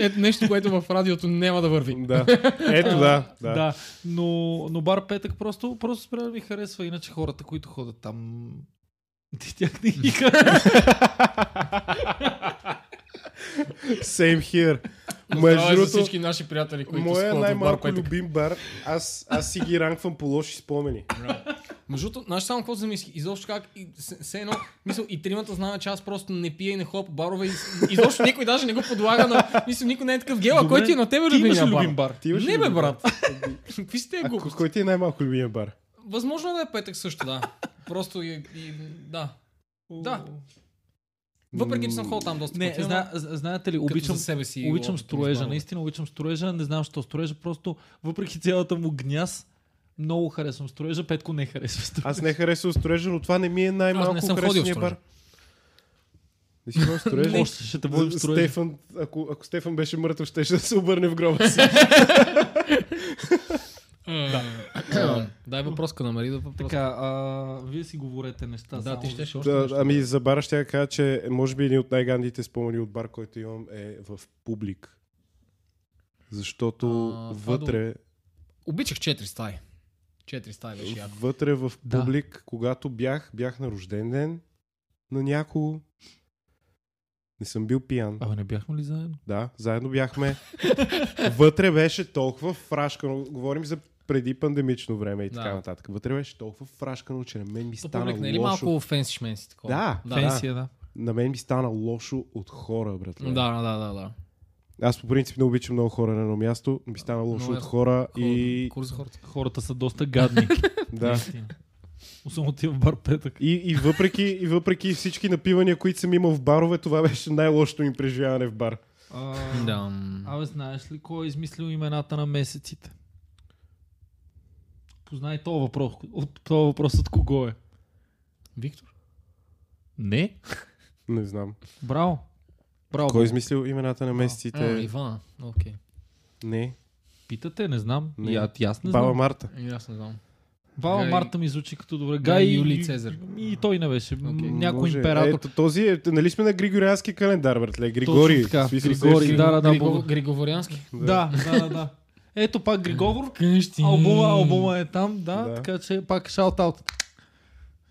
Е, нещо, което в радиото няма да върви.
да. Ето, да.
Да.
да.
да. Но, но бар петък просто, просто спрямо ми харесва, иначе хората, които ходят там, ти тях не ги харесва.
Same here.
Здраве
Между
за
другото,
всички наши приятели, които
Моя
сходят в бар
най-малко
петък.
любим бар, аз, аз си ги ранквам по лоши спомени.
Е, Между другото, знаеш само какво замисли? Изобщо как, и с- все едно, мисъл, и тримата знаем, че аз просто не пия и не ходя по барове. И, с- изобщо никой даже не го подлага на... Мисля, никой не е такъв гела,
Добре,
който е на тебе
Ти имаш
любимия
ли
бар.
любим бар?
Ти имаш ли
не бе,
любим
брат. Какви сте
А
глупости?
ко- кой ти е най-малко любимия бар?
Възможно да е петък също, да. Просто и, и да. Да. Въпреки, че съм ходил там доста
Не,
пъти, ама
зна, з- знаете ли,
като
обичам,
за себе си.
обичам
го-
строежа,
избавя.
наистина обичам строежа, не знам що строежа, просто въпреки цялата му гняз, много харесвам строежа, Петко не харесва строежа.
Аз не харесвам строежа, но това не ми е
Аз не
най-малко
съм ходил в
харесвания
Строежа. е
бар. Не си ходил в строежа?
Още ще те водим в строежа.
Стефан, ако, ако Стефан беше мъртъв, ще да се обърне в гроба си.
Да. Дай въпроска на Мари да въпрос.
Така, а, вие си говорете неща.
Да,
само
ти щеш
за-
още
да,
нещо.
ами за бара ще я кажа, че може би един от най-гандите спомени от бар, който имам е в публик. Защото
А, това
вътре...
Обичах четири стаи. Четири стаи беше яко.
вътре в
Да.
публик, когато бях, бях на рожден ден на някого. Не съм бил пиян.
Абе, не бяхме ли заедно?
Да, заедно бяхме. Вътре беше толкова фрашкано. Говорим за преди пандемично време и така
Да.
нататък. Вътре беше толкова фрашкано, че на мен ми
То
стана
публик, не е ли
лошо.
малко фенси шменси такова?
Да,
да.
Фенсия, да.
На мен ми стана лошо от хора, братле.
Да, да, да, да. да.
Аз по принцип не обичам много хора на едно място, но ми стана лошо
е
Много
от хора и...
И... Курс за хората.
Хората са доста гадни.
Да.
наистина. Особено тия в бар петък.
И, и, въпреки, и въпреки всички напивания, които съм имал в барове, това беше най-лошото ми преживяване в бар.
А,
Да.
Абе, знаеш ли кой е измислил имената на месеците? Познай този въпрос. От този въпрос от кого е?
Виктор?
Не.
Не знам.
Браво. Браво.
Кой е измислил имената на
А,
месеците?
Ивана. Окей.
Не.
Питате, не знам.
Не.
Не. И, а, и аз не
Баба
знам.
Марта.
И Аз не знам.
Баба
Гай-
Марта ми звучи като добре.
Гай
Гай
Юлий Цезар.
И, и той не беше.
Окей.
Някой
Може.
император.
Ето, този е, нали сме на Григориански календар, братле. Григорий.
така,
В смисъл,
Григорий,
сещаш-
да, да, да,
Григо-
благодаря.
Григоворянски.
Да, да, да, да. Ето пак Григовор.
Къщи.
Албума, албума е там, да,
Да.
да. така че пак шаут-аут.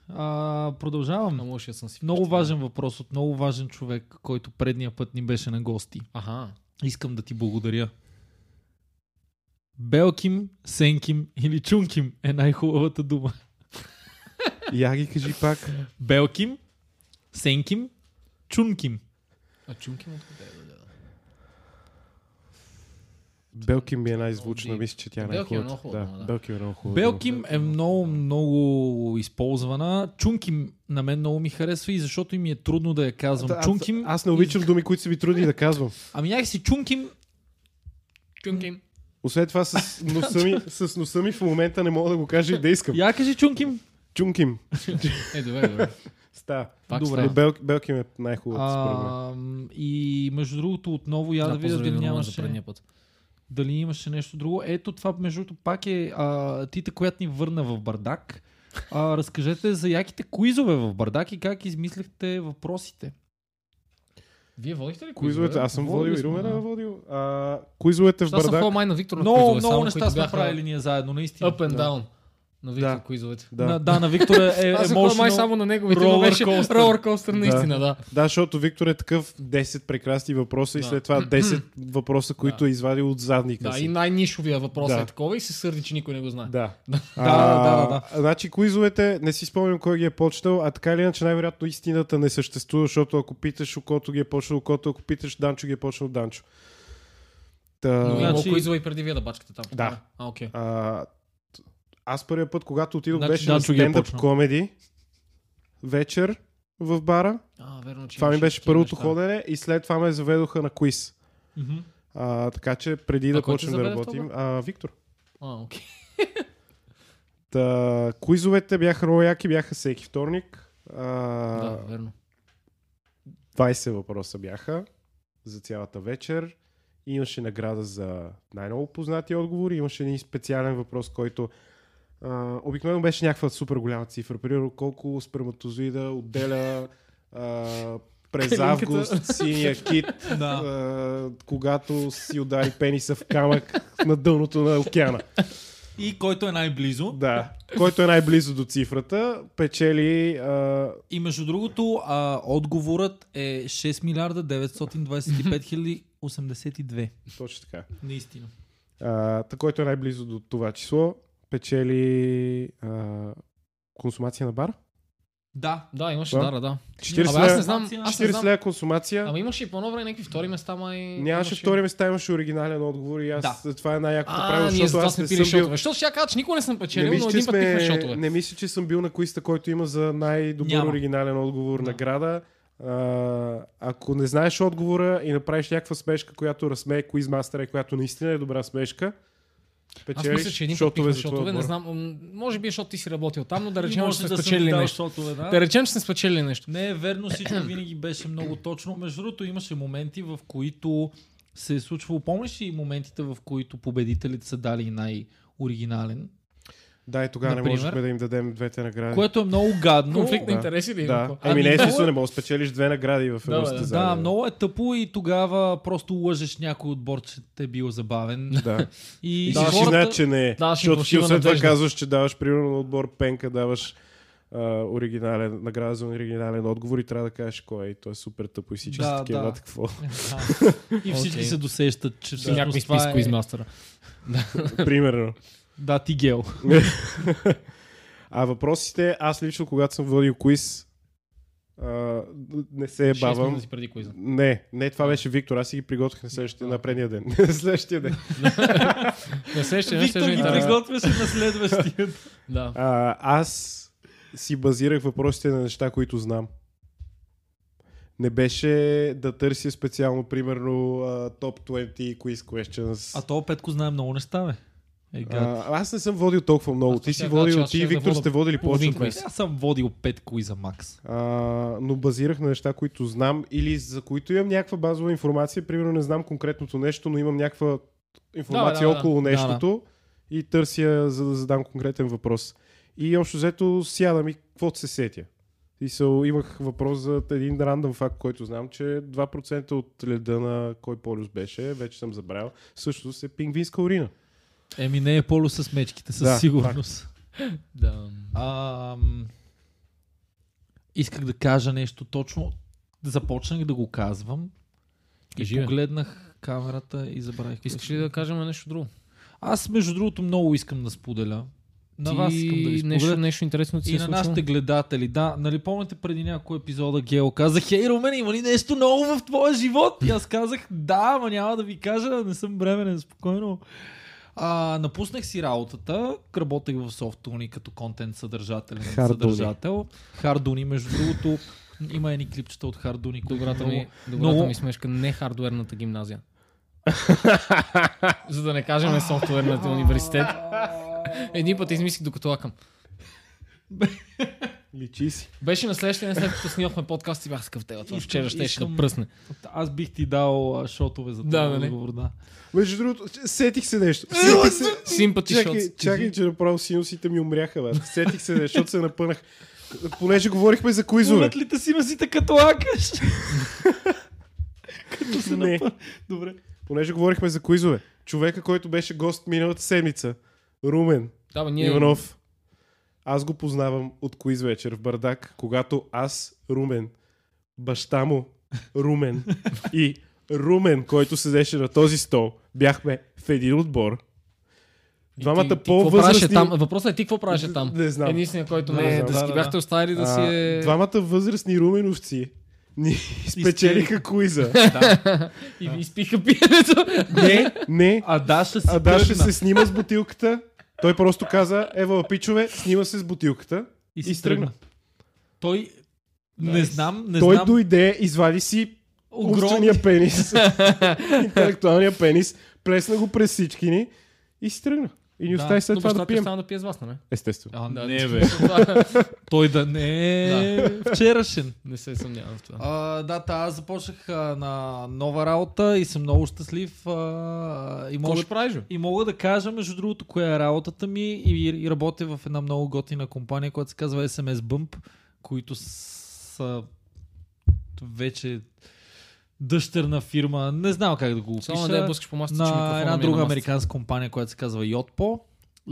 А, продължавам.
Много съм си.
Много
вкъщи.
важен въпрос от много важен човек, който предния път ни беше на гости.
Аха.
Искам да ти благодаря. Белким, Сенким или Чунким е най-хубавата дума.
Я ги кажи пак.
Белким, Сенким, Чунким.
А чунки му откъде е, да, да.
Белким ми е най-звучна,
Deep.
мисля, че тя е
Белким е
най-хубавата.
много хубава дума,
да.
да.
Белким е много хубава.
Белким е много, много използвана. Чунким на мен много ми харесва и защото им е трудно да я казвам.
дума. Аз-
чунким.
Аз не обичам думи, които са ми трудни да казвам.
Ами някакси чунким.
Чункин.
Освен това, с носа ми, с носа ми в момента не мога да го кажа и да искам.
Я кажи чунким.
Чунким.
Е, добре, добре.
Ста.
Пак
Добре.
става.
Но Бел, Белким е най-хубавата според мен.
А, и между другото, отново я да,
Да,
видя
поздрави
дали
Роман за
нямаше,
предния път.
дали имаше нещо друго. Ето това, между другото, пак е а, тита, която ни върна в бардак. А, разкажете за яките куизове в бардак и как измислихте въпросите.
Вие водихте ли
Куизовете, аз съм водил
Водили
и
сме,
Румен е
да.
водил. А, Куизовете в
Това са в
бардак.
май на Виктор на
Много,
куизове,
много
само
неща
които
сме
бяха
правили ние заедно, наистина.
Up and down на Виктор куизовете.
Да, на,
Да.
да на Виктор е, е
Аз съм май
emotional.
само на неговите, но
roller
беше
coaster.
roller coaster, наистина, да.
да, защото Виктор е такъв 10 прекрасни въпроса и
Да.
след това 10 въпроса, които е извадил от задника
Да,
си.
и най-нишовия въпрос
Да.
е такова и се сърди, че никой не го знае.
Да.
да, да, да.
А, Значи, куизовете, не си спомням кой ги е почнал, а така или иначе най-вероятно истината не съществува, защото ако питаш окото ги е почнал окото, ако питаш Данчо ги е почнал Данчо. Та,
Но има
Значи-
куизове и преди вие да бачкате там.
Да.
А, окей.
а, т- аз първия път, когато отидох,
Значи
беше
Данчо
на
ги е
стендъп
почнал.
комеди вечер в бара.
А, верно, че
това ми
имаше
беше
такива
първото
неща.
ходене и след това ме заведоха на квиз.
Мгм.
А, така че преди да
А кой те
почнем да
заведе в
работим, а, Виктор.
А, окей.
Та, куизовете бяха много яки, бяха всеки вторник. А,
Да, верно.
20 въпроса бяха за цялата вечер. Имаше награда за най-много познати отговори. Имаше един специален въпрос, който а, обикновено беше някаква супер голяма цифра. Примерно колко сперматозоида отделя а, през
Калинката.
август синия кит,
Да.
а, когато си удари пениса в камък на дъното на океана.
И който е най-близо.
Да. Който е най-близо до цифрата, печели а,
И между другото, а, отговорът е 6 милиарда 925 хиляди 82.
точно така.
Наистина.
А, та, който е най-близо до това число, печели а, консумация на бар.
Да.
Да, имаше
Да.
дара, да.
40
Абе, аз не
лева-
знам. Аз не
40
знам.
лева консумация.
Ама имаше и по едно време някакви втори места, май.
Нямаше втори места, имаше оригинален отговор и аз това е най-якото
А,
правило,
ние за
защото
това
аз
сме
не
пили
съм бил...
шотове. Защото ще я кажа, че никога не съм
Не
печелил, но
мисля, че
един път пихме
сме...
шотове.
не мисля, че съм бил на коиста, който има за най-добър
Няма.
оригинален отговор
Да.
награда. А, ако не знаеш отговора и направиш някаква смешка, която разсмее Quizmaster, която наистина е добра смешка,
Аз
печелиш
мисля, че един път
шотове
пихме
за твоя
шотове, не
отбор.
знам, м, може би защото ти си работил там, но да
И
речем,
може
че сме
да съм
спечелили
дал
нещо.
шотове, да.
Да речем, че сме спечелили нещо.
Не е верно, всичко винаги беше много точно. Между другото, имаше моменти, в които се е случвало. Помниш ли моментите, в които победителите са дали най-оригинален?
Да, и тогава не
Например?
можехме да им дадем двете награди.
Което е много гадно.
Конфликт на
да.
интереси ли има?
Да.
какво?
Ами не,
Ами,
естествено, не мога да спечелиш две награди в
Да,
едно
бе,
състезание.
Да, много е тъпо и тогава просто лъжеш някой отбор, че те е бил забавен.
Да.
И,
И
и
си
хората...
знаят, че не е.
Да, ще
защото ти
фалшива
освен това
надежда.
казваш, че даваш примерно на отбор Пенка, даваш а, оригинален, награда за оригинален отговор и трябва да кажеш кой е. И то е супер тъпо и всички
Да,
да, такива.
да.
Да. Какво?
и всички
Окей.
се досещат, че
Си някой
всъщност
спи с
това е...
Quizmaster-а.
примерно.
Да, ти гел.
А въпросите, аз лично, когато съм водил квиз, а, не се
Шест
бавам.
минути преди Quizmaster.
Не, не, това беше Виктор. Аз си ги приготвих на, следващия, на предния ден. На следващия ден.
Не се ще, не се
Виктор Е, ги
ще.
пригла-
приготвяше на следващия.
Да.
А, аз си базирах въпросите на неща, които знам. Не беше да търся специално, примерно, а, Top 20 Quiz Questions.
А то Петко знае много неща, бе. Е, гад.
а, аз не съм водил толкова много.
Аз
Ти си
щях да кажа, че
водил,
аз
ти и
щях да
Виктор
вода
сте водили повече
половин
от мен.
quiz.
Аз съм водил Петко и за Макс.
А, но базирах на неща, които знам или за които имам някаква базова информация. Примерно не знам конкретното нещо, но имам някаква информация
Да, да, да.
около
Да, да.
нещото и търся, за да задам конкретен въпрос. И общо взето сядам и каквото се сетя. И се, имах въпрос за един рандъм факт, който знам, че 2% от леда на кой полюс беше, вече съм забравял, всъщност е пингвинска урина.
Еми не е поло с мечките, със
Да,
сигурност.
Да.
А, исках да кажа нещо точно. Започнах да го казвам.
Кажи,
и
бе.
погледнах камерата и забравих.
Искаш
кое
ли да
беше.
кажем нещо друго?
Аз, между другото, много искам да споделя на вас искам да ви
нещо,
споделя.
нещо интересно ти се
И
е
на
случило?
нашите гледатели, да, нали помните преди няколко епизода Гео каза, хей, Румен, има ли нещо ново в твоя живот? И аз казах, да, ма няма да ви кажа, не съм бременен, спокойно. А, напуснах си работата, работех в софтуни като контент съдържателен
Хардуни.
съдържател. Хардуни, между другото, има едни клипчета от Хардуни, които
Добрата,
много,
ми, добрата
много-
ми смешка, не хардуерната гимназия. За да не кажем софтуерната университет. Един път измислих докато лакам.
Личи си.
Беше на следващия ден, след като снимахме подкаст и бях скъв тела. Това
Искам-
вчера щеше да
искам-
пръсне.
Аз бих ти дал а, шотове за този
Да, нали?
разговор, да.
Между другото, ч- сетих се нещо. Сетих се.
Симпати шот.
Чакай, чакай, че направо синусите ми умряха, бе. Сетих се, защото се напънах. Понеже говорихме за куизове.
Улет ли те си масите като лакаш? като се
Не.
напър... Добре.
Понеже говорихме за куизове. Човека, който беше гост миналата седмица. Румен
Да, бе, ние...
Иванов. Аз го познавам от куиз вечер в Бардак, когато аз, Румен, баща му, Румен и Румен, който седеше на този стол, бяхме в един отбор.
И
Двамата
ти- ти какво правеше
по-възрастни...
там? Въпросът е ти какво правеше там?
Не знам.
Единственият, който
Не
не,
знам.
да,
Да,
си
да,
бяхте
да.
оставили да си е...
А, двамата възрастни руменовци ни спечелиха куиза.
И ви изпиха пиенето.
не, не,
А Даша си
а Даша
тръгна.
се снима с бутилката. Той просто каза, ева, пичове, снима се с бутилката.
и
и
си
стръгна.
тръгна. Той... Не знам, не
Той
знам.
дойде, извади си
Огромни...
умствения пенис, интелектуалния пенис, плесна го през всички ни и си тръгна. И ни
Да,
остави Е, след
Но
това да
бащата ти
пием.
остана да пие с вас, нали?
Естествено.
А,
Да,
не бе. Той да не е вчерашен.
Не се съмнявам в това.
А, да, та, аз започнах а, на нова работа и съм много щастлив. А, и
Какво
мога
ще правиш, бе?
И мога да кажа, между другото, коя е работата ми и, и работя в една много готина компания, която се казва SMS Bump, които са вече дъщерна фирма, не знам как да е го опиша,
Само да я блъскаш по масата, че
на
микрофона
една
ми е
друга
на масата.
американска компания, която се казва Yotpo.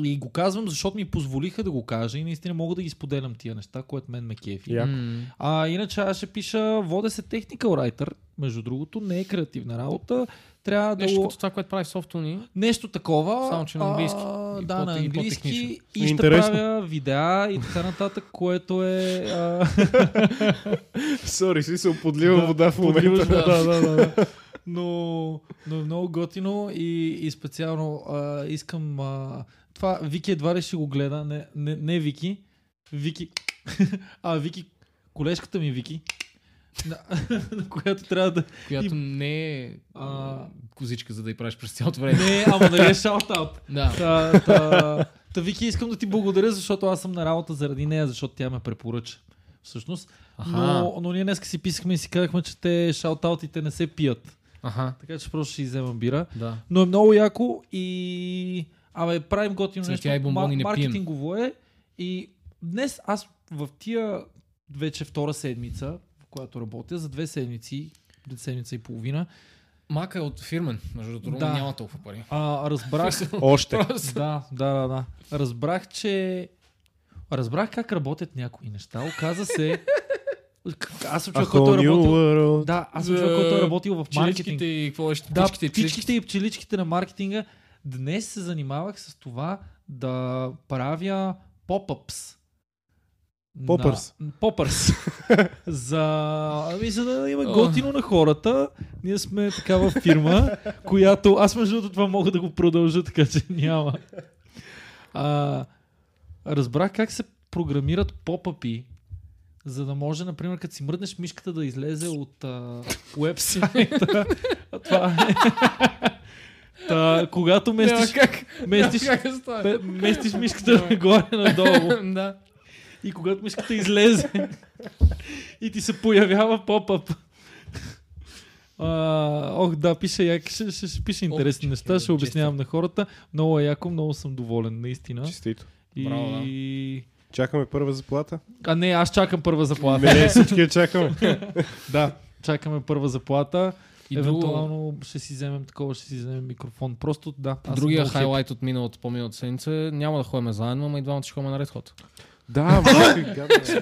И го казвам, защото ми позволиха да го кажа и наистина мога да ги споделям тия неща, което мен ме кефи.
Я. Яко.
М.
А, иначе аз ще пиша, вода се technical writer, между другото, не е креативна работа. Трябва да
Нещо
го...
като това, което прави софтуни.
Нещо такова.
Само, че на английски.
А,
И
да,
по-
на
и
английски.
по-технично.
И, ще
Интересно.
правя видеа и така нататък, което е... А,
Сори, си се оподлива вода в момента.
подливаш вода, да, да, да. Но, но е много готино и, и специално а, искам... А, това Вики едва ли ще го гледа. Не, не, не Вики. Вики... А, Вики... Колежката ми Вики. На, на която трябва да...
Която
И-
не е а,
А.
козичка, за да й правиш през цялото време.
Не, ама нали е шаутаут.
да.
Та, та, та, Вики, искам да ти благодаря, защото аз съм на работа заради нея, защото тя ме препоръча. Всъщност.
Аха.
Но, но ние днес си писахме и си казахме, че те шаутаутите не се пият.
Аха.
Така че просто ще изземам бира.
Да.
Но е много яко и... Абе, правим готино
Цветя
нещо.
и бомбони не пием.
маркетингово е. И днес аз в тия вече втора седмица, в която работя, за две седмици, седмица и половина,
Мака е от фирмен, между другото,
Да.
да. няма толкова пари.
а, разбрах,
Още.
Просто.
Да, да, да, да. Разбрах, че... Разбрах как работят някои неща. Оказа се... Аз съм
A
човек, който
whole
е
new
работил...
world.
Да, аз съм човек, който е работил в маркетинг.
Чиличките и какво още?
Да,
Птичките и птичките.
птичките и пчеличките на маркетинга. Днес се занимавах с това да правя поп-ъпс. На-
Попърс.
Попърс. за... Ами, за да има
О.
готино на хората. Ние сме такава фирма, която... Аз между другото това мога да го продължа, така че няма. А, разбрах как се програмират попъпи, за да може, например, като си мръднеш мишката да излезе от а, уебсайта. това е... Та, когато
Няма
местиш,
как.
местиш,
Няма как да стане.
пе- местиш мишката нагоре надолу
Да.
и когато мишката излезе и ти се появява поп-ап. А, ох, да, пише, як, ще, ще, ще пише интересни
чакай,
неща, ще
честно.
обяснявам на хората. Много е яко, много съм доволен, наистина.
Честито.
И...
Браво,
Чакаме първа заплата.
А не, аз чакам първа заплата.
Не, не, всички я чакаме.
да, чакаме първа заплата.
И
И
друго,
Евентуално ще си вземем такова, ще си вземем микрофон. Просто да. аз съм
другия
много хепи.
хайлайт от миналото, по-миналото седмица, е, няма да ходим заедно, ама и двамата ще ходим на Red Hot.
Да, ма, гадно е.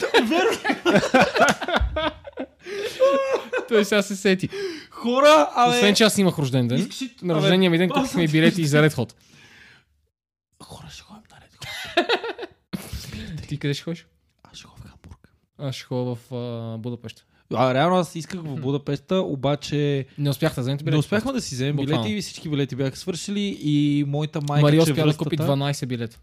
Той сега се сети.
Хора, абе...
Освен, че аз имах рожден ден.
искаш ли-
На
абе,
рождения ми ден
аз съм
купихме и билети и за Red Hot.
Хора, ще ходим на Red Hot.
Е, Ти къде ще ходиш?
Аз ще ходя в Хамбург.
Аз ще ходя в а, Будапеща.
А, реално аз исках в Будапешта, обаче
Не успяхте да вземете билети.
не успяхме да си вземем
Буквално.
билети и всички билети бяха свършили и моята майка е
Мария
че
успя да
връстата-
купи 12 билета.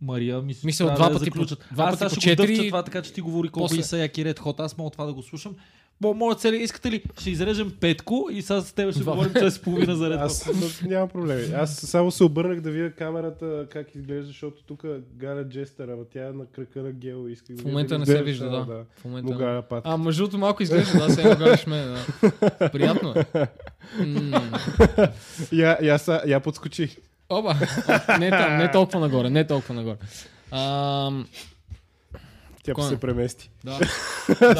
Мария, мисля, че
Мисля,
трябва
два
да я
пъти по-
заключат.
два
аз
пъти
сега
по
ще го
четири
дъвча това, така че ти говори колко
после.
ли са яки ред ход. Аз мога това да го слушам. Бо, моля цели, искате ли? Ще изрежем петко и сега с теб ще
Два.
говорим час и половина за ред ход.
Аз м- нямам проблеми. Аз само се обърнах да видя камерата как изглежда, защото тук Галя Джестър, ама тя е на крака на Гео. Исках да
В
видя
момента
дали
не се
изглежда
вижда,
само,
Е, да. В момента.
Му Галя пат.
А, между другото, малко изглежда, да, се нагараш мен. Да. Приятно е. М,
Я, я, са, я подскочих.
Оба! Не там, не толкова нагоре, не толкова нагоре. Ам,
Тя
Кой е?
се премести.
да.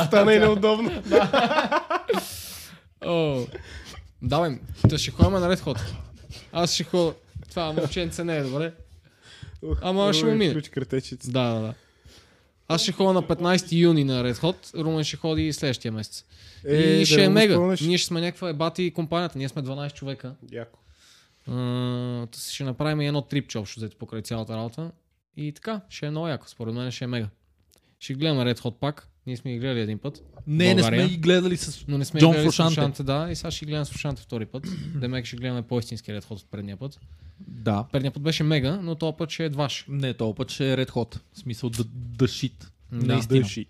Стана и неудобно.
О, давай, да ще ходим на Red Hot. Аз ще ходя. Това момченце не е добре.
Ух,
Ама
много е
ще му
ми
мине.
Включи картечица.
Да, да, да. Аз ще ходя на 15 юни на Red Hot, Румен ще ходи следващия месец.
Е,
и
да
ще е
го
мега.
изпълниш.
Ние ще сме някаква ебати компанията. Ние сме 12 човека.
Яко.
А, та ще направим и едно трипче общо взето покрай цялата работа. И така, ще е много яко. Според мен ще е мега. Ще гледаме Red Hot пак. Ние сме ги гледали един път.
Не, не сме
България.
ги гледали с...
Но не сме
Джон
гледали
Фрушанте.
слушанте, да. И сега ще гледам слушанте втори път. Демек ще гледаме по-истински Red Hot от предния път.
Да.
Предния път беше мега, но този път ще е ваш.
Не, толкова път ще е ред ход. В смисъл да, да шит.
Да.
Наистина.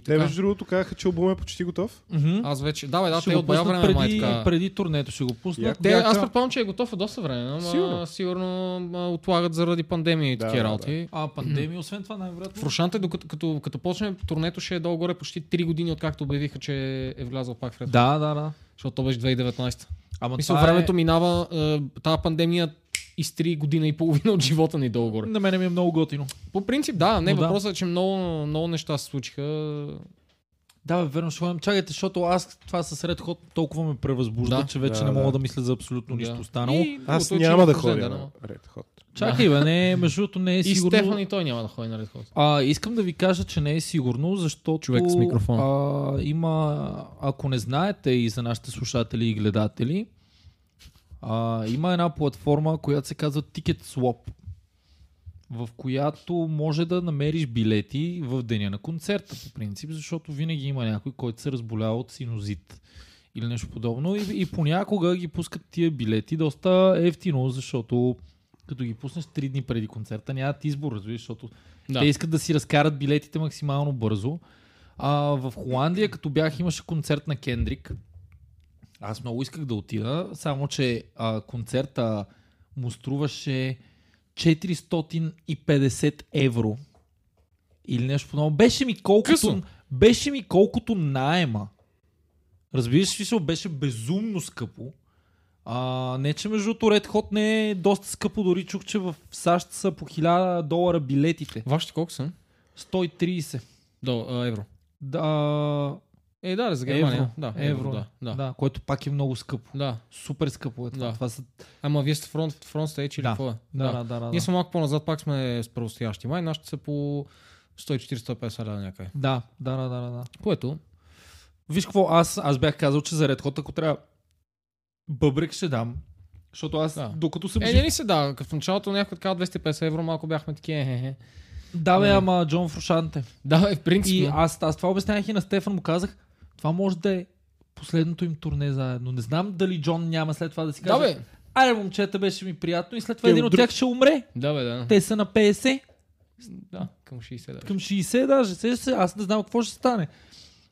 Те,
така,
между другото, казаха, че албумът е почти готов.
Мгм.
аз вече... Да, бе, да,
ще
те
го
от бая
пуснат
време май е
преди,
така...
преди турнето ще го пуснат.
Яко.
Те,
Бяха-
аз предполагам, че е готов от доста време, ама сигурно,
Сигурно.
сигурно а, отлагат заради пандемия и
Да,
такива
да,
работи.
А, пандемия, освен това, най-вероятно.
В Рушанте, докато като, като почне турнето, ще е долу-горе почти 3 години, откакто обявиха, че е влязъл пак в Red Hot.
Да, да, да.
Защото то беше 2019.
Ама
Мисля,
това
времето
е...
минава, е, тази пандемия изтри година и половина от живота ни долу-горе.
На мене ми е много готино.
По принцип, да, не,
Но да.
въпросът е, че много, много неща се случиха.
Да, бе, верно, ще ходим. Чакайте, защото аз това със ред ход толкова ме превъзбужда,
Да.
че вече
Да,
не
да.
мога да мисля за абсолютно нищо
Да.
останало.
И
Аз
другото е, че
няма
има
да
Козен,
ходя
да,
на
но-
Red Hot.
Чакай, бе, не, между другото не е
И
сигурно.
Стефан и той няма да ходи на Red Hot.
А, искам да ви кажа, че не е сигурно, защото
Човек с микрофон.
А, има, ако не знаете и за нашите слушатели и гледатели, а, има една платформа, която се казва TicketSwap, в която може да намериш билети в деня на концерта, по принцип, защото винаги има някой, който се разболява от синозит или нещо подобно. И, и понякога ги пускат тия билети доста ефтино, защото като ги пуснеш 3 дни преди концерта, нямат избор, разбираш, защото
Да.
те искат да си разкарат билетите максимално бързо. А, в Холандия, като бях, имаше концерт на Кендрик. Аз много исках да отида, само че а, концерта му струваше 450 евро. Или нещо подобно. Беше ми колкото,
Късно.
беше ми колкото наема. Разбираш, в смисъл беше безумно скъпо. А, не, че между другото Red Hot не е доста скъпо, дори чух, че в САЩ са по 1000 долара билетите.
Вашите колко са?
130.
До, а, евро.
Да,
Е, да, за Германия.
евро.
Да,
евро.
да, да.
да, което пак е много скъпо.
Да.
Супер скъпо е това.
Да.
това са...
Ама вие сте фронт, фронт стейч или
Да.
какво е?
да, да, да, да,
Ние
да.
сме малко по-назад, пак сме с правостоящи май. Нашите са по 140-150 лева някъде.
Да, да, да, да, да, да.
Което?
Виж какво, аз, аз бях казал, че за Red Hot, ако трябва бъбрек ще дам. Защото аз, да.
Да.
докато съм
Е,
жив...
не ли се да, в началото някой казва 250 евро, малко бяхме такива. е-е-е.
Да, бе,
М.
ама Джон Фрушанте.
Да, е, в принцип.
И
но-
аз, аз това обяснявах и на Стефан, му казах, това може да е последното им турне заедно. Не знам дали Джон няма след това да си
Да,
каже,
бе.
аре момчета, беше ми приятно и след това
Е,
един
от
от
друг-
тях ще умре.
Да, бе, да.
Те са на 50.
Да, към 60. Да.
Към 60 даже. Сещаш се, аз не знам какво ще стане.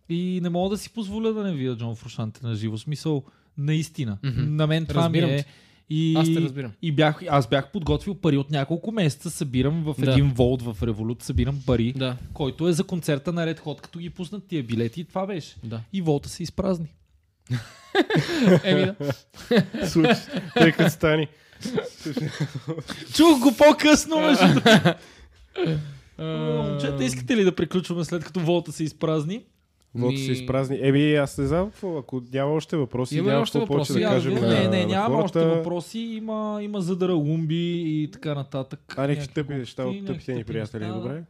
И не мога да си позволя да не видя Джон Фрушанте на живо. В Смисъл, наистина.
Мгм.
На мен това
Разбирам
ми е.
те.
И,
Аз те разбирам.
И бях, аз бях подготвил пари от няколко месеца. Събирам в
Да.
един волт в Револют, събирам пари,
Да,
който е за концерта на Red Hot, като ги пуснат тия билети. И това беше.
да.
И волта се изпразни. Е,
Еми, да.
Случи. Тъй като стани.
Чух го по-късно, между другото. Е,
А,
Момчета, искате ли да приключваме след като волта се изпразни?
Вото се
Ми-
изпразни. Еми, аз не знам какво. Ако няма още въпроси,
Имаме
няма
още
какво повече да
въпроси, аз
кажем.
виждам.
на-
не, не,
на
няма
хората.
още въпроси. Има, има задъра лумби и така нататък.
А някакви
Някакви
тъпи неща от
глупости,
тъпите ни
някакви
приятели,
неща, да.
добре?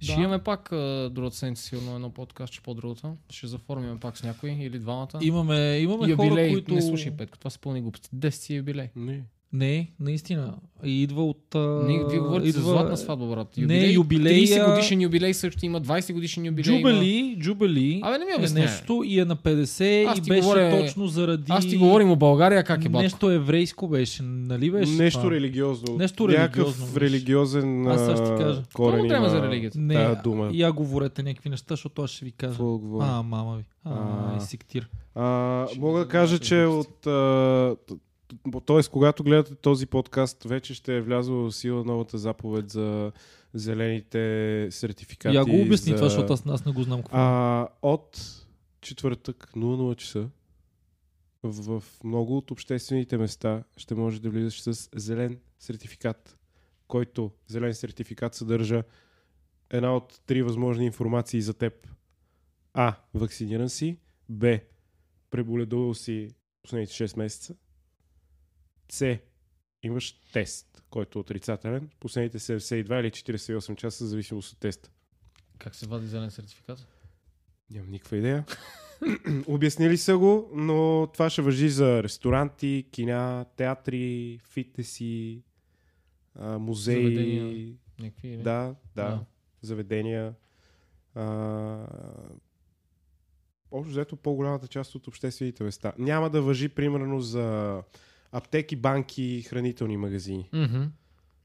Ще
Да.
имаме пак а, другата седмица, сигурно едно подкаст, че по-другата. Ще заформиме пак с някой или двамата.
Имаме, имаме
юбилей,
хора, които...
не слушай Петко, това се пълни глупости. 10 юбилей.
Не.
Не, наистина. И идва от... а,
Ние ви говорите за
идва-
златна сватба, брат.
Не, юбилея-
30 годишен юбилей също има, 20 годишен юбилей има.
Джубали, Джубали
Абе, не ми
е
обяснявай.
нещо и е на 50
Аз
и
ти
беше
говоря-
точно заради...
Аз ти говорим о България как е батко.
Нещо еврейско беше, нали беше?
Нещо
това?
религиозно.
Нещо религиозно,
Някакъв
виж.
религиозен
Аз сега ще ти
а,
кажа.
корен
Много време
има
за религията.
Не,
тая дума.
я говорете някакви неща, защото аз ще ви кажа.
Какво говоря?
А, мама ви. А,
А.
и сектир.
А,
Ще
мога
ви
да кажа,
запиша
че
глупости.
от... А, т- т- Тоест, когато гледате този подкаст, вече ще е влязла в сила новата заповед за зелените сертификати.
Я го обясни
за...
това, защото аз, аз не го знам какво. е.
А, от четвъртък 00 часа в в много от обществените места ще можеш да влизаш с зелен сертификат, който зелен сертификат съдържа една от три възможни информации за теб. А. Вакциниран си. Б. Преболедувал си последните 6 месеца. С. Имаш тест, който е отрицателен. Последните 72 или 48 часа, в зависимост от теста.
Как се вади зелен сертификат?
Нямам никаква идея. Обяснили са го, но това ще въжи за ресторанти, кина, театри, фитнеси, а, музеи.
Заведения. Някакви...
Да, да,
Да.
Заведения. А, общо взето по-голямата част от обществените места. Няма да въжи примерно за аптеки, банки, хранителни магазини.
Мгм.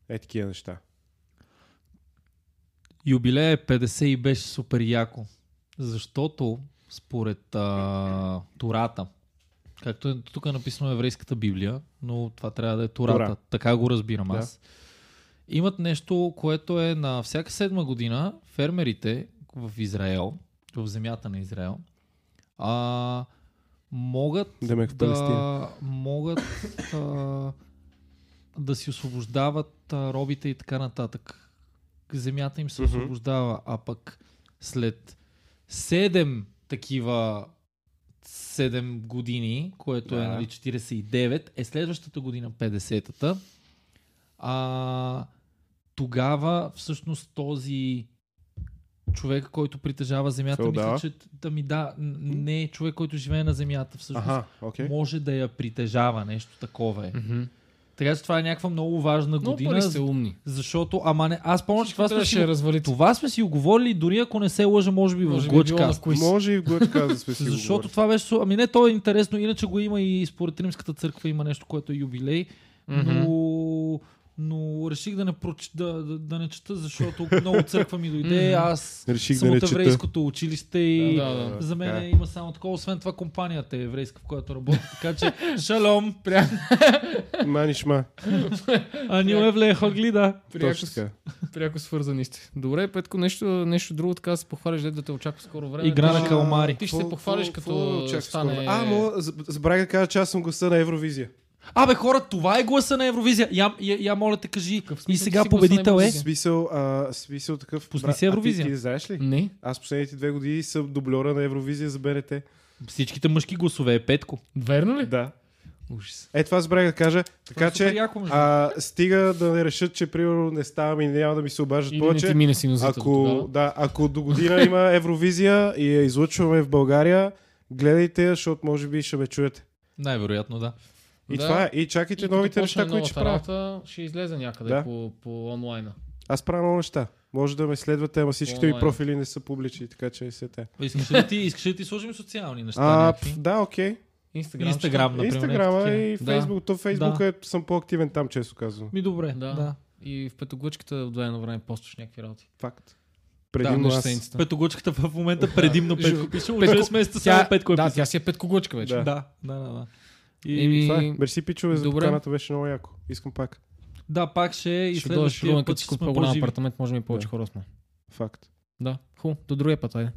Е такива неща.
Юбилея е 50 и беше супер яко. Защото според а, Тората, както е, тук е написано еврейската Библия, но това трябва да е Тората.
Тора.
Така го разбирам
Да.
аз. Имат нещо, което е на всяка седма година фермерите в Израел, в земята на Израел, а, могат
Демек в Палестина.
да могат а, да си освобождават а, робите и така нататък. Земята им се
Мгм.
освобождава, а пък след 7 такива 7 години, което е
Да.
нали, 49, е следващата година 50-та. А, тогава всъщност този човек, който притежава земята, мисля,
Феодала?
че да ми да, н- не е човек, който живее на земята, всъщност
Аха, окей.
може да я притежава, нещо такова е.
Мгм.
Така че това е някаква много важна
Много
година,
пари сте умни.
защото, ама не, аз помня, че това сме,
Трябваше
си,
да развалите.
това сме си оговорили, дори ако не се лъжа, може би
Може
в
би е било
Глъчкаст.
на Кои са?
Може и в Глъчка да сме си го
Защото това беше... су- Ами не, то е интересно, иначе го има и според Римската църква има нещо, което е юбилей,
Мгм.
но, но реших да не, проч... да, да, да не чета, защото много църква ми дойде,
Мгм.
аз
Реших
съм
да не
от
чета.
еврейското училище и
Да, да, да.
за мен
Така е.
има само такова, освен това компанията е еврейска, в която работя, така че шалом,
е. Манишма.
Ани Левле Хоглида.
Точно така.
Пряко свързани сте. Добре, Петко, нещо, нещо друго така да се похвалиш, дето да те очаква скоро време.
Игра на кал-
Ти-
калмари.
Ти ще
Какво-
се похвалиш,
какво-
като
какво очакваш
стане-
скоро? А, мога, заб- забравя да кажа, че аз съм госта на Евровизия.
Абе хора, това е гласа на Евровизия. Я, я, я моля те кажи.
смисъл
И
ти
сега
си гласа на
победител е.
В смисъл, а, в смисъл такъв...
Пусни си Евровизия.
А ти, ти знаеш ли?
Не.
Аз последните две години съм дублера на Евровизия за БНТ.
Всичките мъжки гласове е петко.
Верно ли?
Да.
Ужас.
Е, това забравя да кажа.
е
Така
е супер
че,
яко, между
а, стига да не решат, че примерно не ставам и няма да ми се обаждат
Или не ти
повече.
мине синозита
Ако, да, ако до година има Евровизия и я излъчваме в България, гледайте я, защото може би ще ме чуете.
Най-вероятно, да.
И
Да.
това е. И чакайте новите неща, които ще правя.
правя. Ще излезе някъде
Да.
по, по онлайна.
Аз правя много неща. Може да ме следвате, ама всичките ми
Онлайн.
профили не са публични, така че се те.
Искаш ли ти, искаш ли да ти сложим социални неща?
А,
някакви?
пф, да, окей.
Инстаграм.
Инстаграм, например.
Инстаграма
някакви
и
такива. Да.
Фейсбук. То Фейсбук
Да.
е, съм по-активен там, често казвам.
Ми добре, да.
Да.
да.
И в петоглъчката от време на време постваш някакви работи.
Факт. Предимно
Веднъж
аз.
седмицата.
Петогучката в момента предимно петко пише. От
Петко-
6 месеца
Тя-
само петко е
Да,
писал.
тя си е петкоглъчка вече.
Да.
Да, да, да. да. И...
Еми,
Това е. Мерси, пичове, за
Добре.
поканата беше много яко. Искам пак.
да, пак ще е и
Ще дойдеш,
следващия
Румен,
път
като
ще
си
сме
купи по-голям
по-живи.
апартамент, може би повече хора сме.
Факт.
Да, ху, до другия път, айде.